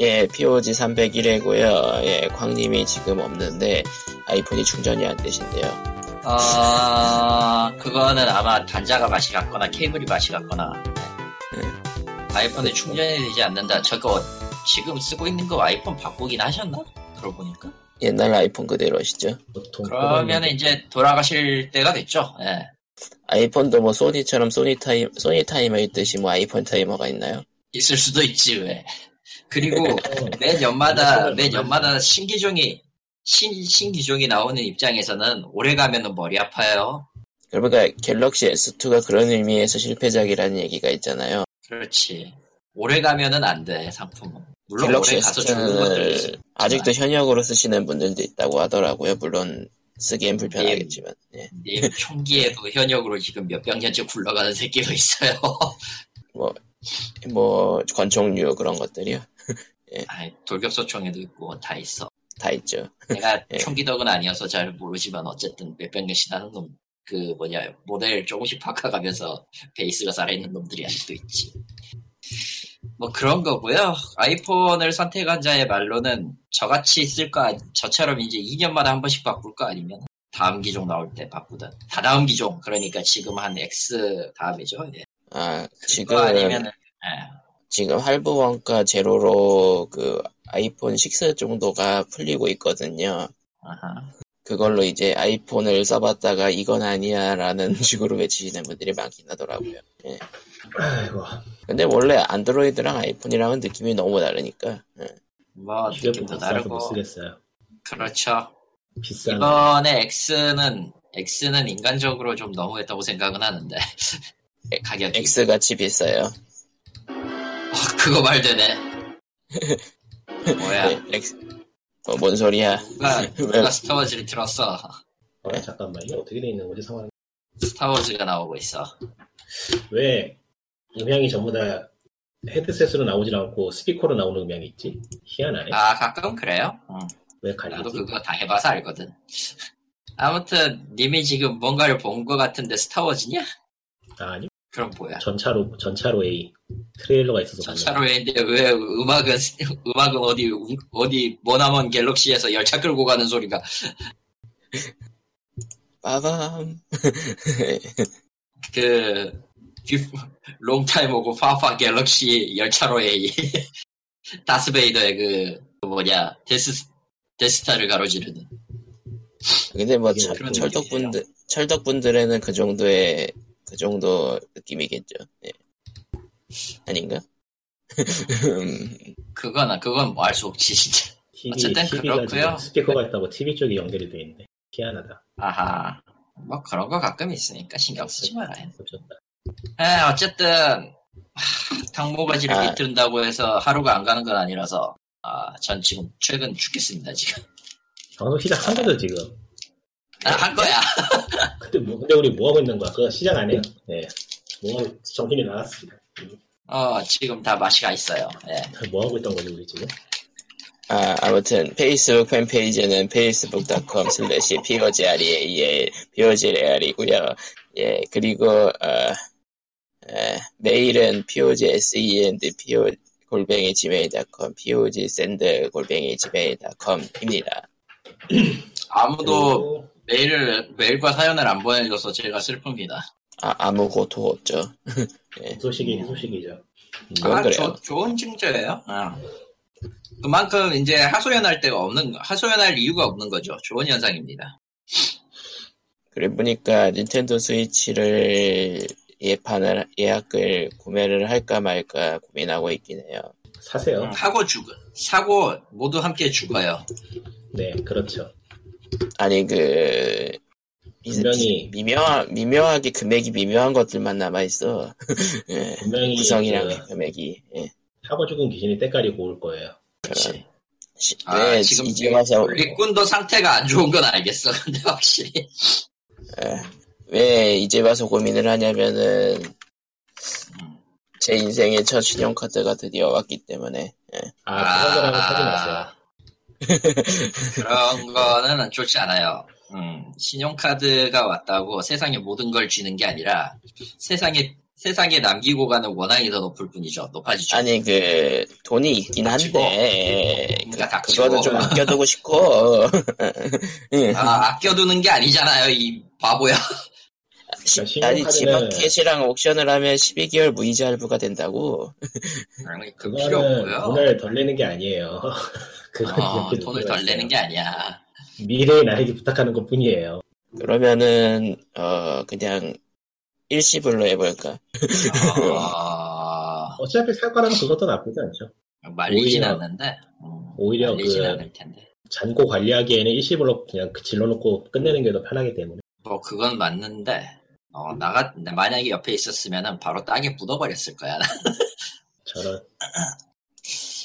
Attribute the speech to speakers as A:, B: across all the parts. A: 예, POG 301회고요. 예, 광님이 지금 없는데 아이폰이 충전이 안 되신대요.
B: 아 그거는 아마 단자가 맛이 갔거나 케이블이 맛이 갔거나 네.
A: 그렇죠.
B: 아이폰에 충전이 되지 않는다. 저거 지금 쓰고 있는 거 아이폰 바꾸긴 하셨나? 그러고 보니까.
A: 옛날 아이폰 그대로시죠?
C: 보통
B: 그러면 이제 돌아가실 때가 됐죠. 예.
A: 아이폰도 뭐 소니처럼 소니 타임 소니 타이머 있듯이 뭐 아이폰 타이머가 있나요?
B: 있을 수도 있지 왜. 그리고 매 년마다 매 년마다 신기종이 신 신기종이 나오는 입장에서는 오래 가면은 머리 아파요.
A: 그러니까 갤럭시 S2가 그런 의미에서 실패작이라는 얘기가 있잖아요.
B: 그렇지. 오래 가면은 안 돼, 상품은. 물론
A: 갤럭시
B: 오래 가서 좋은 것들이 있-
A: S2는 아직도 현역으로 쓰시는 분들도 있다고 하더라고요. 물론 쓰기엔 불편하겠지만. 예.
B: 네, 총기에도 현역으로 지금 몇 백 년째 굴러가는 새끼도 있어요.
A: 뭐 권총류 그런 것들이요. 예.
B: 아이, 돌격소총에도 있고 다 있어.
A: 다 있죠.
B: 내가
A: 예.
B: 총기덕은 아니어서 잘 모르지만 어쨌든 몇 백 년씩 하는 놈. 그 뭐냐 모델 조금씩 바꿔가면서 베이스가 살아있는 놈들이 아직도 있지. 뭐 그런 거고요. 아이폰을 선택한 자의 말로는 저같이 쓸 거 저처럼 이제 2년마다 한 번씩 바꿀 거 아니면 다음 기종 나올 때 바꾸든 다다음 기종 그러니까 지금 한 X 다음이죠. 예.
A: 아
B: 그거
A: 지금
B: 아니면 은
A: 지금 할부 원가 제로로 그 아이폰 6 정도가 풀리고 있거든요. 그걸로 이제 아이폰을 써봤다가 이건 아니야라는 식으로 외치시는 분들이 많긴 하더라고요. 예.
C: 아이고
A: 근데 원래 안드로이드랑 아이폰이랑은 느낌이 너무 다르니까. 예.
B: 뭐
C: 휴대폰
B: 느낌도
C: 비싸서 못
B: 다르고
C: 쓰겠어요.
B: 그렇죠.
C: 비싼
B: 이번에 X는 X는 인간적으로 좀 너무했다고 생각은 하는데 예, 가격이
A: X 같이 비싸요.
B: 어, 그거 말되네 뭐야
A: 네, X. 어, 뭔 소리야?
B: 누가, 누가 스타워즈를 틀었어
C: 아, 잠깐만 이게 어떻게 돼 있는 거지 상황?
B: 스타워즈가 나오고 있어
C: 왜 음향이 전부 다 헤드셋으로 나오질 않고 스피커로 나오는 음향이 있지? 희한하네. 네.
B: 아 가끔 그래요 응.
C: 왜
B: 나도
C: 갈리지?
B: 그거 당해봐서 알거든 아무튼 님이 지금 뭔가를 본 것 같은데 스타워즈냐?
C: 아, 아니
B: 그럼 뭐야
C: 전차로 전차로 A 트레일러가 있어서 봤네.
B: 전차로 했는데 왜 음악은 음악은 어디 우- 어디 머나먼 갤럭시에서 열차 끌고 가는 소리가
A: 빠밤.
B: 그 롱타임 오고 파파 갤럭시 열차로의 다스베이더의 그, 그 뭐냐 데스 데스타를 가로지르는
A: 근데 뭐
C: 이게
A: 철,
B: 그런
A: 덕
B: 느낌이에요.
A: 분들 철덕 분들에는 그 정도의 그 정도 느낌이겠죠. 예. 아닌가? 음,
B: 그거나 그건 뭐 알 수 없지 진짜
C: TV,
B: 어쨌든
C: TV가
B: 그렇고요.
C: 스피커가 있다고 TV 쪽이 연결이 돼 있는데 희한하다.
B: 아하 뭐 그런 거 가끔 있으니까 신경 쓰지 말아요.
C: 없었다.
B: 에 어쨌든 당모가지를
A: 아.
B: 비틀린다고 해서 하루가 안 가는 건 아니라서 아 전 지금 최근 죽겠습니다 지금
C: 방송 시작한 거죠 지금.
B: 아, 한 거야
C: 근데 뭐 근데 우리 뭐 하고 있는 거야? 그거 시작 안 해요. 네. 뭐 하고- 정신이 나갔습니다.
B: 어 지금 다 맛이가 있어요 예.
C: 뭐 하고 있던 거지 우리 지금?
A: 아, 아무튼 페이스북 팬페이지는 facebook.com slash E pogreal, pogreal이고요. E 예, 그리고 어, 에, 메일은 pogsend, pog, 골뱅이 gmail.com, pogsend, E 골뱅이 gmail.com입니다.
B: 아무도
C: 그리고
B: 메일을 메일과 사연을 안 보내줘서 제가 슬픕니다.
A: 아, 아무 고토 없죠.
C: 소식이 소식이죠.
A: 그건 그래요.
B: 아, 조- 좋은 징조예요. 아. 그만큼 이제 하소연할 데가 없는 하소연할 이유가 없는 거죠. 좋은 현상입니다.
A: 그래 보니까 닌텐도 스위치를 예판을, 예약을 구매를 할까 말까 고민하고 있긴 해요. 음.
C: 사세요.
B: 하고 죽은 사고 모두 함께 죽어요.
C: 네, 그렇죠.
A: 아니 그 미-
C: 분명히-
A: 미묘하, 미묘하게 금액이 미묘한 것들만 남아 있어. 예.
C: 분명히
A: 구성이랑
C: 그
A: 금액이. 예.
C: 사고 죽은 귀신이 때깔이 고울 거예요.
B: 그렇지.
A: 시-
B: 아,
A: 네,
B: 지금
A: 이제 와서
B: 리꾼도 상태가 안 좋은 건 알겠어. 근데 확실히
A: 왜 이제 와서 고민을 하냐면은 제 인생의 첫 신용카드가 드디어 왔기 때문에 예.
C: 아, 그런 거라고 하지 마세요.
B: 아, 그런 거는 좋지 않아요. 음, 신용카드가 왔다고 세상의 모든 걸 쥐는 게 아니라 세상에 세상에 남기고 가는 원한이 더 높을 뿐이죠. 높아지죠.
A: 아니 그 돈이 있긴
B: 닥치고.
A: 한데 그,
B: 그러니까 닥치고.
A: 그거는 좀
C: 그렇죠.
A: 아껴두고 싶고 예.
B: 아, 아껴두는 게 아니잖아요, 이 바보야.
A: 시-
C: 그러니까 신용카드는-
A: 아니 지마켓이랑 옥션을 하면 12개월 무이자 할부가 된다고
B: 아니, 그 필요
C: 그거는
B: 없고요.
C: 돈을 덜 내는 게 아니에요. 그건
B: 어,
C: 이렇게
B: 돈을
C: 들어가
B: 덜
C: 있어요.
B: 내는 게 아니야.
C: 미래의 나에게 부탁하는 것 뿐이에요.
A: 그러면은 어 그냥 일시불로 해볼까
B: 어,
C: 어차피 살 거라면 그것도 나쁘지 않죠.
B: 말리진
C: 오히려-
B: 않는데. 음,
C: 오히려
B: 말리진
C: 그-
B: 않을 텐데.
C: 잔고 관리하기에는 일시불로 그냥 그 질러놓고 끝내는 게 더 편하기 때문에.
B: 뭐 그건 맞는데 어 나가 만약에 옆에 있었으면은 바로 땅에 묻어버렸을 거야.
C: 저는.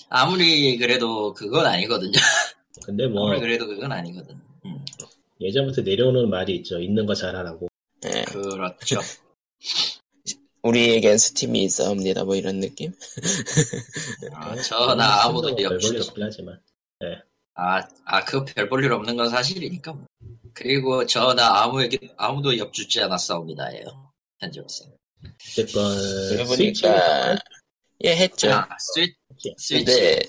B: 아무리 그래도 그건 아니거든요.
C: 근데 뭐
B: 아무리 그래도 그건 아니거든. 음,
C: 예전부터 내려오는 말이 있죠. 있는 거 잘하라고.
A: 예.
B: 그렇죠.
A: 우리에겐 스팀이 있어옵니다 뭐 이런 느낌 네.
B: 어, 저나 아무도
C: 별벌
B: 없이
C: 일 없긴 하지만.
B: 아아그 별 볼 일 없는 건 사실이니까. 뭐. 그리고 저나 아무에게 아무도 옆주지 않았사옵니다예요. 현재로서.
C: 어쨌건 네, 스위치
A: 그러니까 예 했죠
B: 아 스위
A: 네.
B: 스위치.
A: 근데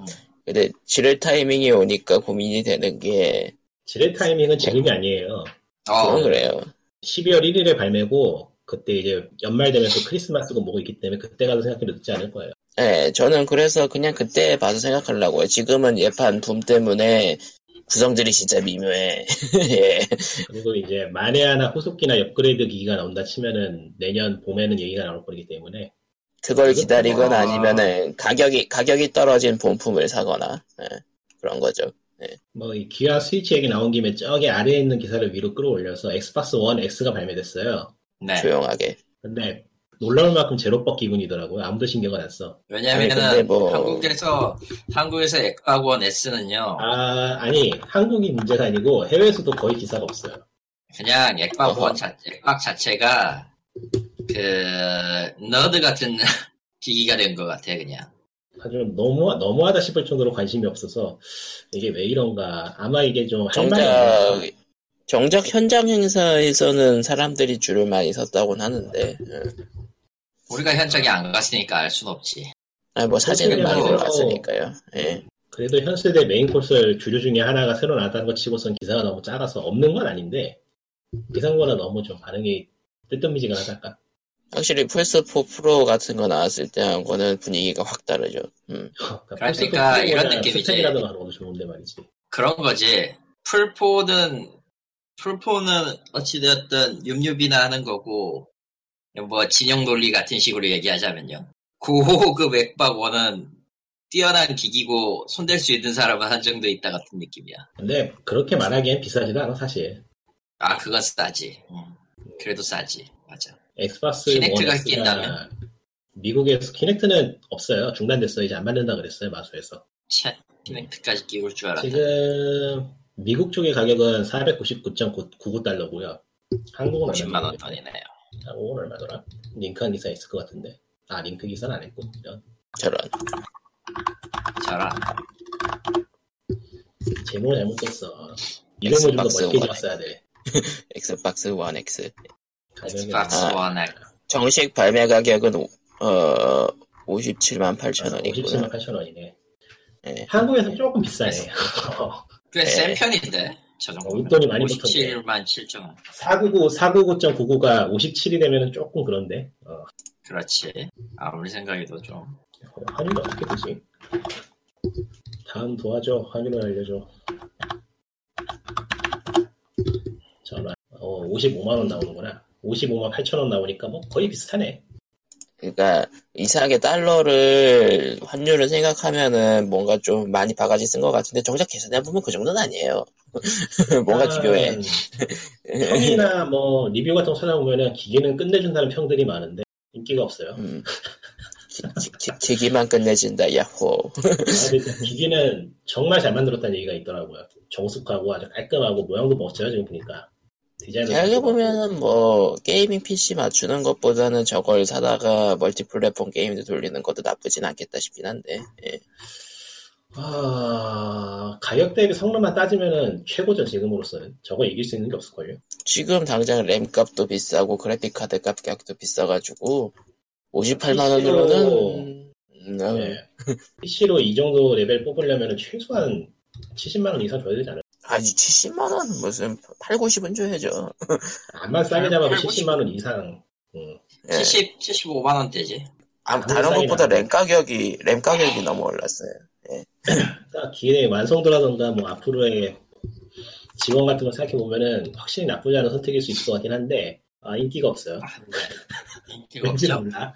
B: 음.
A: 근데 지를 타이밍이 오니까 고민이 되는 게
C: 지뢰 타이밍은 지금이 아니에요.
A: 그건
B: 어
A: 그래요
C: 12월 1일에 발매고 그때 이제 연말 되면서 크리스마스고 뭐고 있기 때문에 그때 가도 생각해도 늦지 않을 거예요.
A: 네, 저는 그래서 그냥 그때 봐서 생각하려고요. 지금은 예판 둠 때문에 구성들이 진짜 미묘해. 예.
C: 그리고 이제 만에 하나 후속기나 업그레이드 기기가 나온다 치면은 내년 봄에는 얘기가 나올 거기 때문에
A: 그걸 기다리거나
B: 아.
A: 아니면은 가격이 가격이 떨어진 본품을 사거나 예, 그런 거죠.
C: 뭐 이 기아 스위치 얘기 나온 김에 저기 아래에 있는 기사를 위로 끌어올려서 엑스박스 원 X가 발매됐어요.
B: 네.
A: 조용하게.
C: 근데 놀라울 만큼 제로법 기분이더라고요. 아무도 신경을 안 써.
A: 아니, 근데
B: 왜냐면은
A: 뭐-
B: 한국에서 한국에서 액박원 S는요.
C: 아 아니 한국이 문제가 아니고 해외에서도 거의 기사가 없어요.
B: 그냥 액박
A: 어허.
B: 원 자, 액박 자체가 그 너드 같은 기기가 된 것 같아 그냥
C: 아주 너무 너무하다 싶을 정도로 관심이 없어서 이게 왜 이런가. 아마 이게 좀할 말이
A: 정작
C: 없네요.
A: 정작 현장 행사에서는 사람들이 줄을 많이 섰다곤 하는데, 예.
B: 우리가 현장에 안 갔으니까 알 순 없지
A: 아니, 뭐 사진은 많이
B: 그래서-
A: 들어갔으니까요. 예.
C: 그래도 현세대 메인 콘솔 주류 중에 하나가 새로 나왔다는 것 치고선 기사가 너무 작아서 없는 건 아닌데 기상보다 너무 좀 반응이 뜨뜻미지근하달까
A: 확실히 플스4 프로 같은 거 나왔을 때하고는 분위기가 확 다르죠. 음.
B: 그러니까 이런 느낌이지.
C: 스펙이라도 나오도 좋은데 말이지
B: 그런 거지 풀포는 풀포는 어찌되었든 육류비나 하는 거고 뭐 진영 논리 같은 식으로 얘기하자면요 고호급 액박 원은 뛰어난 기기고 손댈 수 있는 사람은 한정돼 있다 같은 느낌이야
C: 근데 그렇게 말하기엔 비싸지도 않아 사실
B: 아 그건 싸지 음, 그래도 싸지 맞아
C: 엑스박스
B: 키넥트가
C: 원 X가
B: 낀다면?
C: 미국에서 키넥트는 없어요 중단됐어요 이제 안 만든다 그랬어요 마수에서
B: 채 키넥트까지 끼울 줄 알았다
C: 지금 미국 쪽의 가격은 499.99달러고요 한국은
B: 50만 원
C: 얼마더라?
B: 돈이네요.
C: 한국은 얼마더라? 링크한 기사 있을 것 같은데 아 링크 기사는 안 했고 이런.
A: 저런.
B: 저라.
C: 제목을 잘못했어. 이름을 좀 더
A: 엑스박스
C: 넓게
A: 원.
C: 잡았어야 돼.
A: 엑스박스 원 X.
C: 가격이
B: 엑스박스
A: 아.
B: 원을
A: 정식 발매 가격은 오- 어 57만 8천 원이고요.
C: 57만 8천 원이네.
A: 예.
C: 한국에서 조금 비싸네.
B: 꽤센
A: 네.
B: 편인데 저 정도.
C: 용돈이 어, 많이
B: 57만 7천 원.
C: 499, 499.99가 57이 되면 조금 그런데. 어,
B: 그렇지. 아무리 생각해도 좀.
C: 환율 어떻게 되지? 다음 도와줘. 환율을 알려줘. 전화. 어, 55만 원 나오는구나. 55만 8천 원 나오니까 뭐 거의 비슷하네.
A: 그러니까 이상하게 달러를 환율을 생각하면은 뭔가 좀 많이 바가지 쓴 것 같은데 정작 계산해 보면 그 정도는 아니에요. 뭔가
C: 약간
A: 기묘해.
C: 평이나 뭐 리뷰 같은 거 찾아보면은 기계는 끝내준다는 평들이 많은데 인기가 없어요.
A: 음. 기- 기- 기- 기기만 끝내준다 야호.
C: 아, 근데 그 기계는 정말 잘 만들었다는 얘기가 있더라고요. 정숙하고 아주 깔끔하고 모양도 멋져요 지금 보니까. 디자인도
A: 생각해
C: 좋고.
A: 보면은 뭐 게이밍 PC 맞추는 것보다는 저걸 사다가 멀티플랫폼 게임도 돌리는 것도 나쁘진 않겠다 싶긴 한데. 예.
C: 아, 가격 대비 성능만 따지면은 최고죠, 지금으로서는. 저거 이길 수 있는 게 없을걸요?
A: 지금 당장 램 값도 비싸고 그래픽 카드 값 값도 비싸가지고 58만 원으로는 음, 음,
C: 네. PC로 이 정도 레벨 뽑으려면 최소한 70만원 이상 줘야 되지 않아요?
A: 아니 70만 원 무슨 8, 90은 줘야죠.
C: 암만 싸게 잡아도
B: 팔고
C: 70만원 이상. 음.
A: 예.
B: 70, 75만원 되지.
A: 아, 다른
C: 상이나.
A: 것보다 램 가격이 램 가격이 너무 올랐어요.
C: 그러니까 기회의 완성도라던가 뭐 앞으로의 지원 같은 걸 생각해보면은 확실히 나쁘지 않은 선택일 수 있을 것 같긴 한데, 아, 인기가 없어요.
B: 아, 네. 인기가
C: 왠지
B: 없죠.
C: 몰라.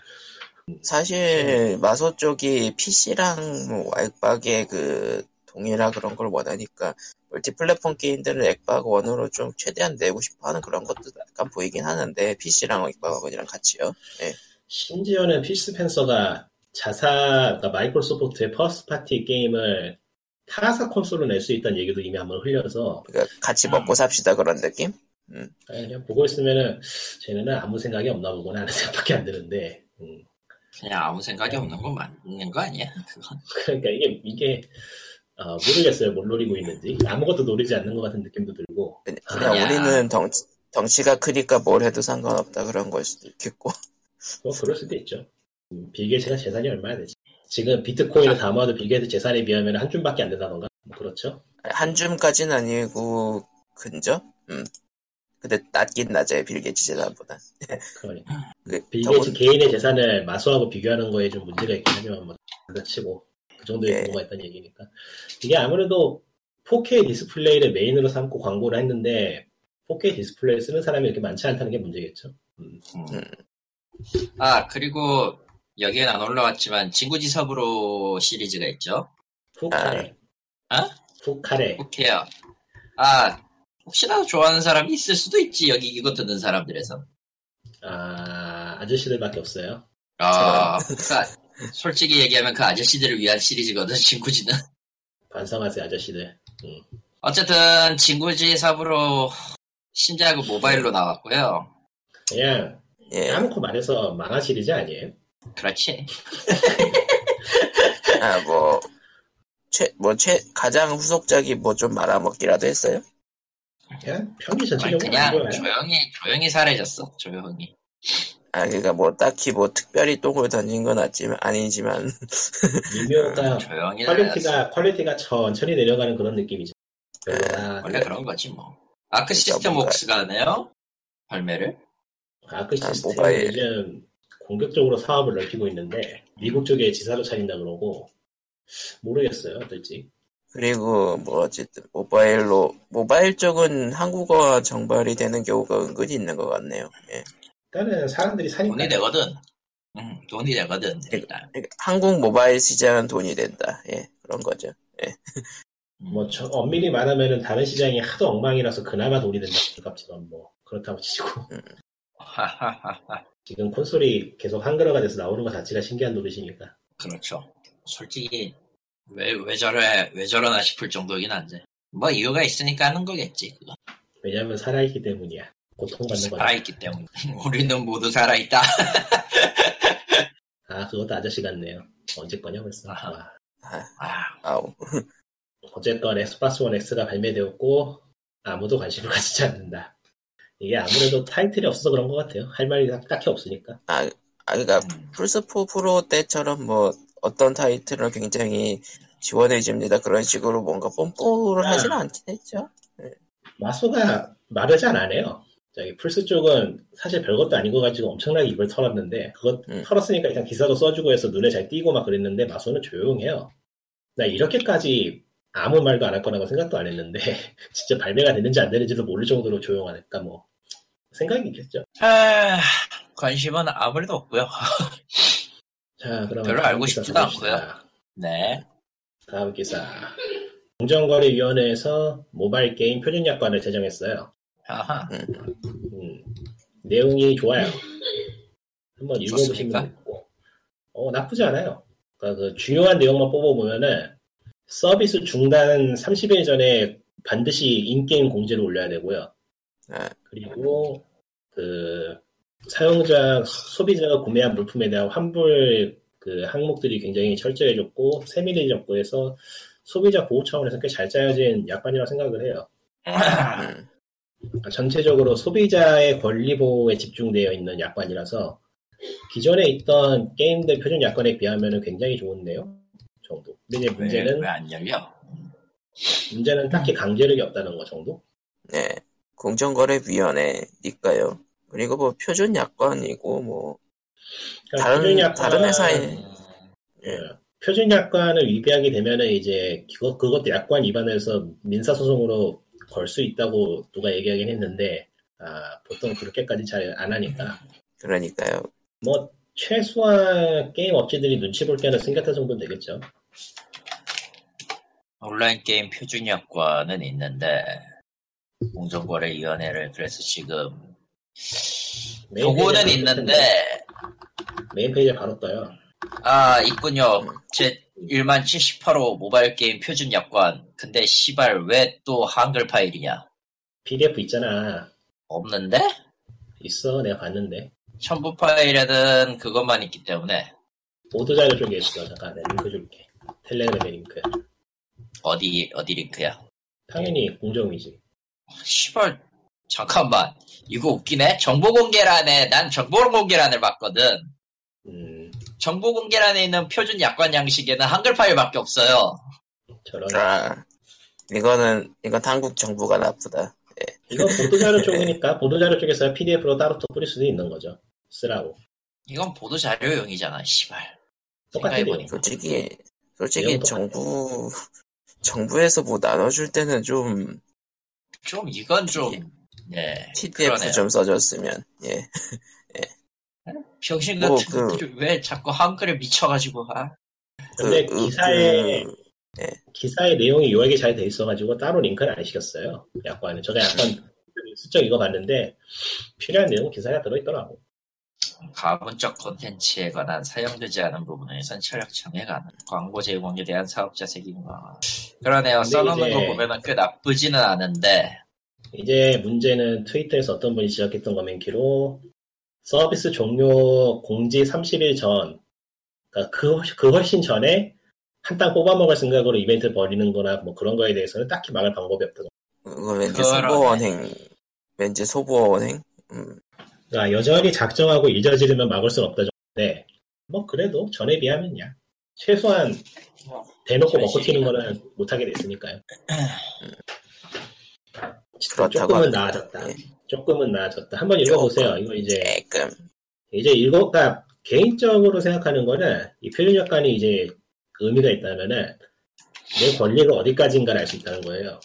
A: 사실 마소 쪽이 PC랑 액박의 그 동일화 그런 걸 원하니까 멀티플랫폼 게임들은 액박 원으로 좀 최대한 내고 싶어하는 그런 것도 약간 보이긴 하는데 PC랑 액박하고랑 같이요.
C: 심지어는 필스펜서가 자사, 그러니까 마이크로소프트의 퍼스트 파티 게임을 타사 콘솔로 낼 수 있다는 얘기도 이미 한번 흘려서 예,
A: 그러니까 같이 먹고 삽시다 그런 느낌?
C: 그냥 보고 있으면은 쟤네는 아무 생각이 없나 보구나 하는 생각밖에 안 드는데 음.
B: 그냥 아무 생각이 없는 거 맞는 거 아니야? 그건.
C: 그러니까 이게 이게 어, 모르겠어요 뭘 노리고 있는지 아무것도 노리지 않는 것 같은 느낌도 들고 아,
A: 그냥, 그냥
B: 야.
A: 우리는 덩치 덩치가 크니까 뭘 해도 상관없다 그런 걸 수도 있겠고.
C: 뭐 그럴 수도 있죠 음, 빌게이츠가 재산이 얼마나 되지 지금 비트코인을 담아도 빌게이츠 재산에 비하면 한 줌밖에 안 된다던가 뭐 그렇죠
A: 한 줌까지는 아니고 근접? 음. 근데 낮긴 낮아요 빌게이츠 재산보다.
C: 그러니까
A: 그
C: 빌게이츠
A: 더군-
C: 개인의 재산을 마수하고 비교하는 거에 좀 문제가 있긴 하지만 뭐 그렇치고 그 정도의
A: 예.
C: 규모가 있다는 얘기니까 이게 아무래도 4K 디스플레이를 메인으로 삼고 광고를 했는데 4K 디스플레이를 쓰는 사람이 이렇게 많지 않다는 게 문제겠죠
B: 음.
C: 네.
B: 아, 그리고 여기엔 안 올라왔지만 진구지섭으로 시리즈가 있죠.
C: 푸카레
B: 아. 어?
C: 푸카레
B: 오케이요. 아, 혹시라도 좋아하는 사람이 있을 수도 있지. 여기 이거 듣는 사람들에서.
C: 아, 아저씨들밖에 없어요.
B: 아, 그러니까 솔직히 얘기하면 그 아저씨들을 위한 시리즈거든, 진구지는.
C: 반성하세요, 아저씨들.
B: 어쨌든 진구지섭으로 신작은 모바일로 나왔고요.
C: 그냥
A: 예.
C: 까놓고 말해서 만화 시리즈 아니에요?
B: 그렇지.
A: 아, 뭐, 최, 뭐, 최, 가장 후속작이 뭐 좀 말아먹기라도 했어요?
C: 그냥 편이
B: 아니,
C: 전체적으로 안
B: 네. 그냥
C: 좋아요.
B: 조용히 조용히 사라졌어. 조용히.
A: 아, 그니까 뭐, 딱히 뭐, 특별히 똥을 던진 건 아니지만, 아니지만,
B: 어.
C: 미묘가
B: 조용히 사라졌어.
C: 퀄리티가 퀄리티가 천천히 내려가는 그런 느낌이죠. 별로다.
B: 원래 그런 거지 뭐. 아크
A: 그러니까
B: 시스템
A: 뭔가-
B: 웍스가 하네요. 발매를.
C: 아크
A: 아,
C: 시스템이
B: 예.
A: 모바일.
C: 요즘 공격적으로 사업을 넓히고 있는데 미국 쪽에 지사로 차린다 그러고 모르겠어요, 어떨지.
A: 그리고 뭐, 어쨌든, 모바일로, 모바일 쪽은 한국어와 정발이 되는 경우가 은근히 있는 것 같네요. 예.
C: 일단은 사람들이 사니까
B: 돈이 되거든. 응, 돈이 되거든. 일단.
A: 그러니까 한국 모바일 시장은 돈이 된다. 예, 그런 거죠.
C: 뭐 저- 엄밀히 말하면은 다른 시장이 하도 엉망이라서 그나마 돈이 된다 값지만 뭐 그렇다고 치고
B: 하하하하.
C: 지금 콘솔이 계속 한글화가 돼서 나오는 것 자체가 신기한 노릇이니까.
B: 그렇죠. 솔직히 왜, 왜 저래 왜 저러나 싶을 정도긴 한데 뭐 이유가 있으니까 하는 거겠지. 그거.
C: 왜냐면 살아있기 때문이야. 고통받는 거야.
B: 살아있기 때문에 우리는 모두 살아있다.
C: 아, 그것도 아저씨 같네요. 언제 거냐 벌써.
B: 아하.
C: 와.
B: 아,
A: 아우.
C: 어쨌건 엑스박스 원 X가 발매되었고 아무도 관심을 가지지 않는다. 이게 아무래도 타이틀이 없어서 그런 것 같아요. 할 말이 딱- 딱히 없으니까.
A: 아, 그니까,
B: 음.
A: 플스4 프로 때처럼 뭐, 어떤 타이틀을 굉장히 지원해줍니다. 그런 식으로 뭔가 뽐뿌를 하지는 않긴 했죠.
C: 마소가 말을 잘 안 해요. 저기 플스 쪽은 사실 별것도 아닌 거 가지고 엄청나게 입을 털었는데 그거
A: 음.
C: 털었으니까 일단 기사도 써주고 해서 눈에 잘 띄고 막 그랬는데 마소는 조용해요. 나 이렇게까지 아무 말도 안 할 거라고 생각도 안 했는데 진짜 발매가 되는지 안 되는지도 모를 정도로 조용하니까 뭐 생각이 있겠죠.
B: 아, 관심은 아무래도 없고요.
C: 자 그러면
B: 별로
C: 다음
B: 알고
C: 기사
B: 싶지도
C: 가봅시다.
B: 네.
C: 다음 기사. 공정거래위원회에서 모바일 게임 표준약관을 제정했어요.
B: 아하.
C: 음, 내용이 좋아요. 한번
B: 좋습니까?
C: 읽어보시면 좋고. 어, 나쁘지 않아요. 그러니까 그 주요한 내용만 뽑아보면은 서비스 중단 30일 전에 반드시 인게임 공지를 올려야 되고요.
A: 네.
C: 그리고 그 사용자 소비자가 구매한 물품에 대한 환불 그 항목들이 굉장히 철저해졌고 세밀해졌고 해서 소비자 보호 차원에서 꽤 잘 짜여진 약관이라고 생각을 해요.
B: 음.
A: 음,
C: 전체적으로 소비자의 권리 보호에 집중되어 있는 약관이라서 기존에 있던 게임들 표준 약관에 비하면 굉장히 좋은데요. 정도. 근데 이제 문제는
A: 네,
B: 왜 안 열려?
C: 문제는 딱히 강제력이 없다는 거 정도.
A: 네. 공정거래위원회니까요. 그리고 뭐 표준 약관이고 뭐
C: 그러니까
A: 다른-
C: 표준 약관-
A: 다른
C: 네.
A: 회사에- 예.
C: 예. 표준 약관을 위배하게 되면은 이제 그거 그것도 약관 위반해서 민사 소송으로 걸 수 있다고 누가 얘기하긴 했는데 아, 보통 그렇게까지 잘 안 하니까
A: 그러니까요.
C: 뭐 최소한 게임 업체들이 눈치 볼 게 하나 생겼다 정도는 되겠죠.
B: 온라인 게임 표준 약관은 있는데 공정거래위원회를 그래서 지금
C: 메인
B: 요거는
C: 페이지에 바로
B: 있는데
C: 뜰 텐데. 메인 페이지에 바로 떠요.
B: 아 있군요 제 1만 78호 모바일 게임 표준 약관 근데 시발 왜 또 한글 파일이냐
C: PDF 있잖아.
B: 없는데
C: 있어 내가 봤는데
B: 첨부 파일에는 그것만 있기 때문에
C: 보도 자료 쪽에 있어. 잠깐 내가 링크 줄게. 텔레그램에 링크.
B: 어디 어디 링크야
C: 당연히 공정이지.
B: 시발 잠깐만 이거 웃기네 정보 공개란에 난 정보 공개란을 봤거든
C: 음
B: 정보 공개란에 있는 표준 약관 양식에는 한글 파일밖에 없어요
C: 저런.
A: 아, 이거는 이건 한국 정부가 나쁘다.
C: 이거 보도자료 쪽이니까 보도자료 쪽에서 PDF로 따로 또 뿌릴 수도 있는 거죠. 쓰라고.
B: 이건 보도 자료용이잖아, 씨발.
C: 똑같아요.
B: 생각해보니.
A: 솔직히
C: 내용
A: 솔직히
C: 똑같아요.
A: 정부 정부에서 뭐 나눠줄 때는 좀
B: 좀 이건 좀 예.
A: PDF
B: 그러네요.
A: 좀 써줬으면 예
B: 병신
A: 뭐,
B: 같은
A: 그-
B: 것들이 왜 자꾸 한글에 미쳐가지고 하?
C: 근데
A: 그-
C: 기사에-
A: 그-
C: 기사의 내용이 요약이 잘 돼 있어가지고 따로 링크를 안 시켰어요. 약관은. 저도 약간 슬쩍 읽어봤는데 필요한 내용 기사가 들어있더라고.
B: 가문적 콘텐츠에 관한 사용되지 않은 부분에선 철학 장애가 광고 제공에 대한 사업자 책임과 그러네요.
C: 근데
B: 써놓는
C: 이제-
B: 거 보면은 꽤 나쁘지는 않은데
C: 이제 문제는 트위터에서 어떤 분이 지적했던 거 맹키로 서비스 종료 공지 30일 전, 그러니까 그, 훨- 그 훨씬 전에 한 땅 뽑아먹을 생각으로 이벤트 벌이는 거나 뭐 그런 거에 대해서는 딱히 막을 방법이 없다.
A: 그거 왠지
B: 그러네.
A: 소보원행 왠지 소보원행 음,
C: 그러니까 여전히 작정하고 일저지르면 막을 수는 없다 정도인데 뭐 그래도 전에 비하면 야 최소한 대놓고 먹고 튀는 거는 못하게 됐으니까요
A: 그렇다고
C: 조금은
A: 합니다.
C: 나아졌다
A: 그렇죠. 예.
C: 조금은 나아졌다 한번 읽어보세요
A: 조금.
C: 이거 이제
A: 예, 조금
C: 이제 읽어 그러니까 개인적으로 생각하는 거는 이 표준 약관이 이제 그 의미가 있다면은 내 권리가 어디까지인가를 알 수 있다는 거예요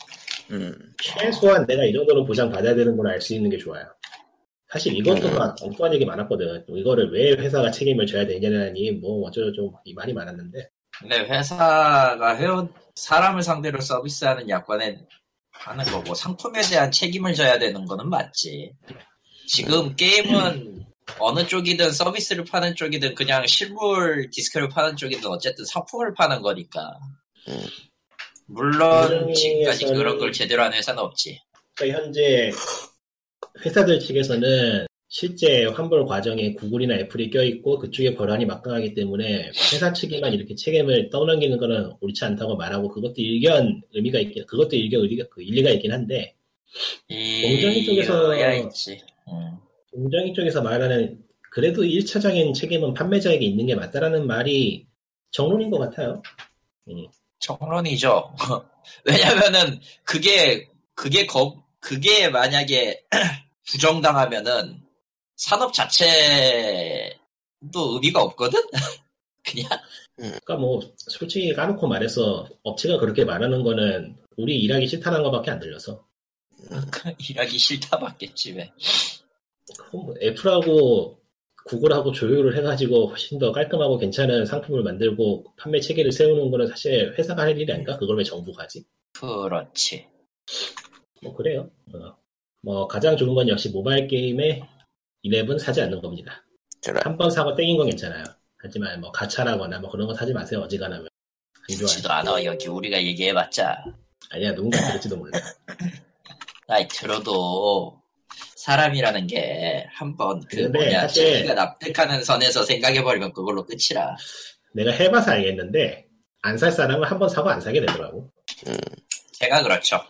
A: 음
C: 최소한 내가 이 정도는 보장받아야 되는 걸 알 수 있는 게 좋아요. 사실 이것도
A: 음.
C: 막 엉뚱한 얘기 많았거든. 이거를 왜 회사가 책임을 져야 되냐니, 뭐 어쩌고저쩌고 이 말이 많았는데.
B: 근데 회사가 회원 사람을 상대로 서비스하는 약관에 하는 거고 상품에 대한 책임을 져야 되는 거는 맞지. 지금 게임은 어느 쪽이든 서비스를 파는 쪽이든 그냥 실물 디스크를 파는 쪽이든 어쨌든 상품을 파는 거니까.
A: 음.
C: 네,
B: 물론 지금까지
C: 운영에서는-
B: 그런 걸 제대로 하는 회사는 없지.
C: 그러니까 현재 회사들 측에서는 실제 환불 과정에 구글이나 애플이 껴있고 그쪽에 권한이 막강하기 때문에 회사 측에만 이렇게 책임을 떠넘기는 거는 옳지 않다고 말하고 그것도 일견 의미가 있긴, 그것도 일견 의리가, 그 일리가 있긴 한데 공정위 쪽에서-
B: 이유야 있지. 음.
C: 공정위 쪽에서 말하는 그래도 1차적인 책임은 판매자에게 있는 게 맞다라는 말이 정론인 것 같아요.
B: 정론이죠. 왜냐면은 그게 그게 거 그게 만약에 부정당하면은 산업 자체도 의미가 없거든. 그냥
C: 그러니까 뭐 솔직히 까놓고 말해서 업체가 그렇게 말하는 거는 우리 일하기 싫다는 것밖에 안 들려서
B: 일하기 싫다 받겠지 왜.
C: 그럼 뭐 애플하고 구글하고 조율을 해가지고 훨씬 더 깔끔하고 괜찮은 상품을 만들고 판매 체계를 세우는 거는 사실 회사가 할 일이 아닌가? 그걸 왜 정부가 하지?
B: 그렇지.
C: 뭐 그래요. 어. 뭐 가장 좋은 건 역시 모바일 게임에 이랩은 사지 않는 겁니다.
A: 저런
C: 한 번 사고 땡긴 건 괜찮아요. 하지만 뭐 가차라거나 뭐 그런 거 사지 마세요. 어지간하면. 안 좋아요.
B: 그렇지도 않아 여기 우리가 얘기해봤자.
C: 아니야 누군가 그럴지도 몰라.
B: 아이 들어도 사람이라는 게 한번 그
C: 근데
B: 뭐냐
C: 사실-
B: 자기가 납득하는 선에서 생각해버리면 그걸로 끝이라.
C: 내가 해봐서 알겠는데 안 살 사람은 한 번 사고 안 사게 되더라고.
B: 제가 그렇죠.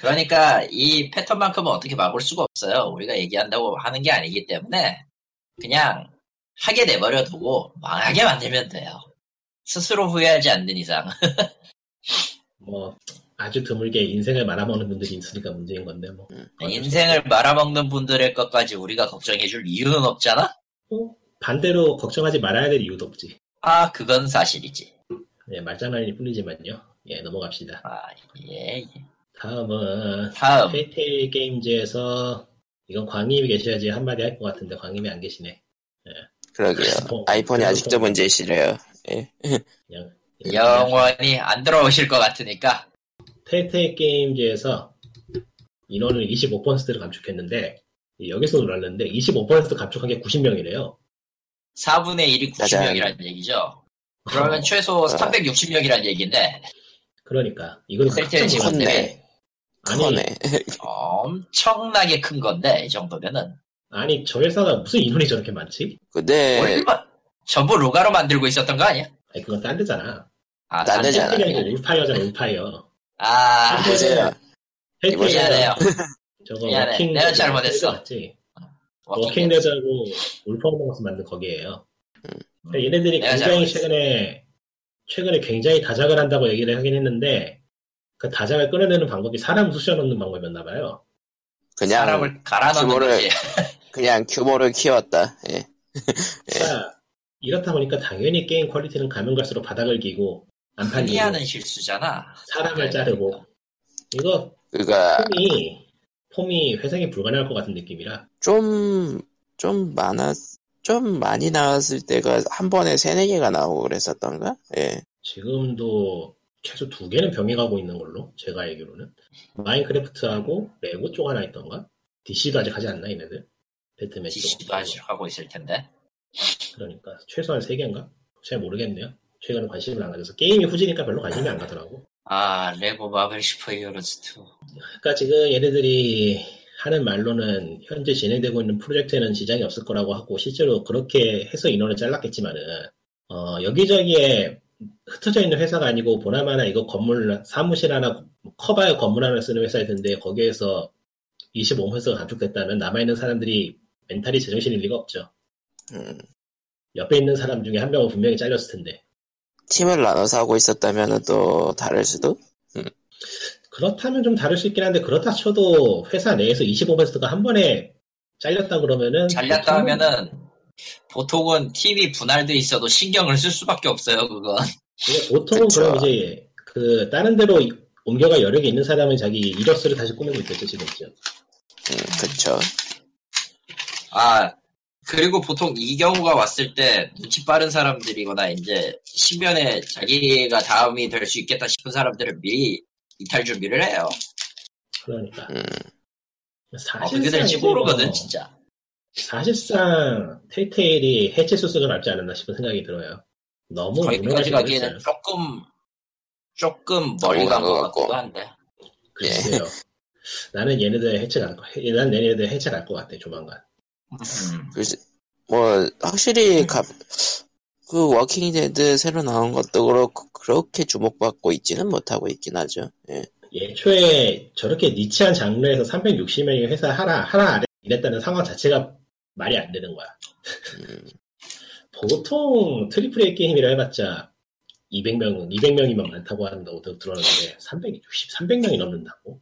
B: 그러니까 이 패턴만큼은 어떻게 막을 수가 없어요. 우리가 얘기한다고 하는 게 아니기 때문에 그냥 하게 내버려두고 망하게 만들면 돼요. 스스로 후회하지 않는 이상.
C: 뭐 아주 드물게 인생을 말아먹는 분들이 있으니까 문제인 건데 뭐.
A: 음,
C: 그건
B: 인생을 말아먹는 분들의 것까지 우리가 걱정해줄 이유는 없잖아?
C: 반대로 걱정하지 말아야 될 이유도 없지.
B: 아, 그건 사실이지.
C: 예, 말장난일 뿐이지만요. 예, 넘어갑시다.
B: 아, 예. 예.
C: 다음은
B: 다음.
C: 페이페이 게임즈에서 이건 광님이 계셔야지 한마디 할 것 같은데 광님이 안 계시네.
A: 그러게요.
C: 스포.
A: 아이폰이
C: 스포.
A: 아직도 문제시래요. 예,
B: 영원히 안 들어오실 것 같으니까.
C: 페이페이 게임즈에서 인원을 25%를 감축했는데 예, 여기서 놀랐는데 25% 감축한 게 90명이래요.
B: 4분의 1이
A: 짜잔.
B: 90명이라는 얘기죠. 그러면 최소 360명이라는 얘기인데,
C: 그러니까 이건
B: 셀트의
C: 깜짝 놀랐네.
A: 직원들의
C: 아니
A: 그거네.
B: 엄청나게 큰 건데, 이 정도면은.
C: 아니 저 회사가 무슨 인원이 저렇게 많지?
A: 근데
B: 얼마, 전부 로가로 만들고 있었던 거 아니야?
C: 아니 그건 딴 데잖아.
B: 아,
A: 나 되지 않아.
B: 딴 데.
C: 그냥 이거 울파이어잖아 울파이어.
B: 아,
C: 아,
A: 보세요.
C: 페이페이
B: 미안해요.
C: 저거
B: 미안해.
C: 워킹
B: 내가
C: 레저
B: 잘못했어.
C: 맞지?
B: 워킹
C: 워킹 레저하고 울펑벙스 만든 거기에요. 그러니까 얘네들이
B: 음. 내가
C: 굉장히
B: 잘못했어.
C: 최근에 최근에 굉장히 다작을 한다고 얘기를 하긴 했는데 그 다작을 끌어내는 방법이 사람 쑤셔 넣는 방법이었나 봐요.
A: 그냥
B: 사람을 갈아 넣는
A: 규모를-
B: 거지.
A: 그냥 규모를 키웠다. 예.
C: 그러니까 이렇다 보니까 당연히 게임 퀄리티는 가면 갈수록 바닥을 기고 안판이
B: 흔히하는 실수잖아.
C: 사람을 자르고 이거
A: 그러니까
C: 폼이 폼이 회생이 불가능할 것 같은 느낌이라
A: 좀, 좀 많았, 좀 많이 나왔을 때가 한 번에 세네 개가 나오고 그랬었던가? 예.
C: 지금도 최소 두 개는 병행하고 있는 걸로 제가 알기로는 마인크래프트하고 레고 쪽 하나 있던가 DC도 아직 하지 않나 얘네들 배트맨 쪽
B: 지시도 아직 하고 있을 텐데.
C: 그러니까 최소한 세 개인가? 잘 모르겠네요. 최근에 관심을 안 가져서 게임이 후지니까 별로 관심이 안 가더라고.
B: 아, 레고 마블 슈퍼 히어로즈 2.
C: 그러니까 지금 얘네들이 하는 말로는 현재 진행되고 있는 프로젝트에는 지장이 없을 거라고 하고 실제로 그렇게 해서 인원을 잘랐겠지만은 어, 여기저기에 흩어져 있는 회사가 아니고 보나마나 이거 건물 사무실 하나 커봐야 건물 하나 쓰는 회사일 텐데 거기에서 25%가 감축됐다면 남아있는 사람들이 멘탈이 제정신일 리가 없죠.
A: 음.
C: 옆에 있는 사람 중에 한 명은 분명히 잘렸을 텐데.
A: 팀을 나눠서 하고 있었다면 또 다를 수도?
C: 그렇다면 좀 다를 수 있긴 한데 그렇다 쳐도 회사 내에서 25%가 한 번에 잘렸다 그러면은
B: 잘렸다
C: 보통은
B: 하면은 보통은 TV 분할돼 있어도 신경을 쓸 수밖에 없어요, 그건.
C: 이게 보통은
A: 그쵸.
C: 그럼 이제 그 다른 데로 옮겨갈 여력이 있는 사람은 자기 이력서를 다시 꾸미고 있겠죠 지금쯤
A: 음, 그쵸.
B: 아, 그리고 보통 이 경우가 왔을 때 눈치 빠른 사람들이거나 이제 신변에 자기가 다음이 될 수 있겠다 싶은 사람들은 미리 이탈 준비를 해요.
C: 그러니까
B: 아,
A: 음.
B: 어떻게
C: 사실상
B: 될지
C: 이제
B: 모르거든,
C: 뭐
B: 진짜.
C: 사실상 테이테일이 해체 수수가 납지 않았나 싶은 생각이 들어요 너무
B: 거기까지
C: 유명하지
B: 가기에는
C: 않았어요.
B: 조금, 조금 멀리
A: 간
B: 간
A: 것
B: 것
A: 같고.
B: 같기도 한데.
C: 글쎄요
B: 예.
C: 나는 얘네들 해체 갈거 난 얘네들 해체 갈 것 같아 조만간
B: 음.
A: 글쎄, 뭐, 확실히, 가, 그, 워킹 데드 새로 나온 것도 그렇고, 그렇게 주목받고 있지는 못하고 있긴 하죠. 예.
C: 예초에 저렇게 니치한 장르에서 360명이 회사 하나 하나 아래 일했다는 상황 자체가 말이 안 되는 거야.
A: 음,
C: 보통 트리플 A 게임이라 해봤자 200명, 200명이면 많다고 한다고 들- 들었는데 360, 300명이 넘는다고?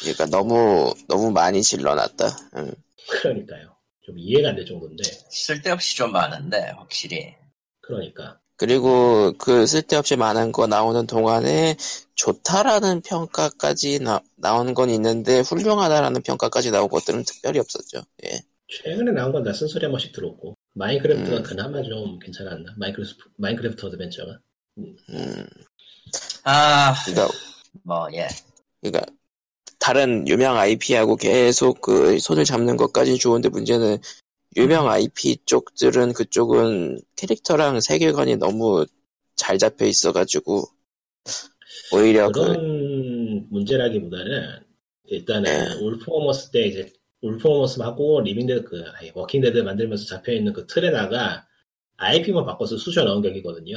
A: 그러니까 너무, 너무 많이 질러놨다. 음.
C: 그러니까요. 좀 이해가 안 될 정도인데
B: 쓸데없이 좀 많은데, 확실히.
C: 그러니까
A: 그리고 그 쓸데없이 많은 거 나오는 동안에 좋다라는 평가까지 나, 나온 건 있는데 훌륭하다라는 평가까지 나온 것들은 특별히 없었죠. 예.
C: 최근에 나온 건 나 쓴소리 한 번씩 들었고 마인크래프트가
A: 음.
C: 그나마 좀 괜찮았나? 마인크래프트, 마인크래프트 어드벤처가
A: 음,
B: 아,
A: 그러니까,
B: 뭐, 예.
A: 그러니까 다른 유명 IP하고 계속 그 손을 잡는 것까지 좋은데 문제는
C: 음.
A: 유명 IP 쪽들은 그쪽은 캐릭터랑 세계관이 너무 잘 잡혀 있어가지고 오히려 그
C: 그런 문제라기보다는 일단은
A: 네.
C: 울프오머스 때 이제 울프오머스하고 리빙데드 그 아니, 워킹데드 만들면서 잡혀있는 그 틀에다가 IP만 바꿔서 쑤셔 넣은 격이거든요.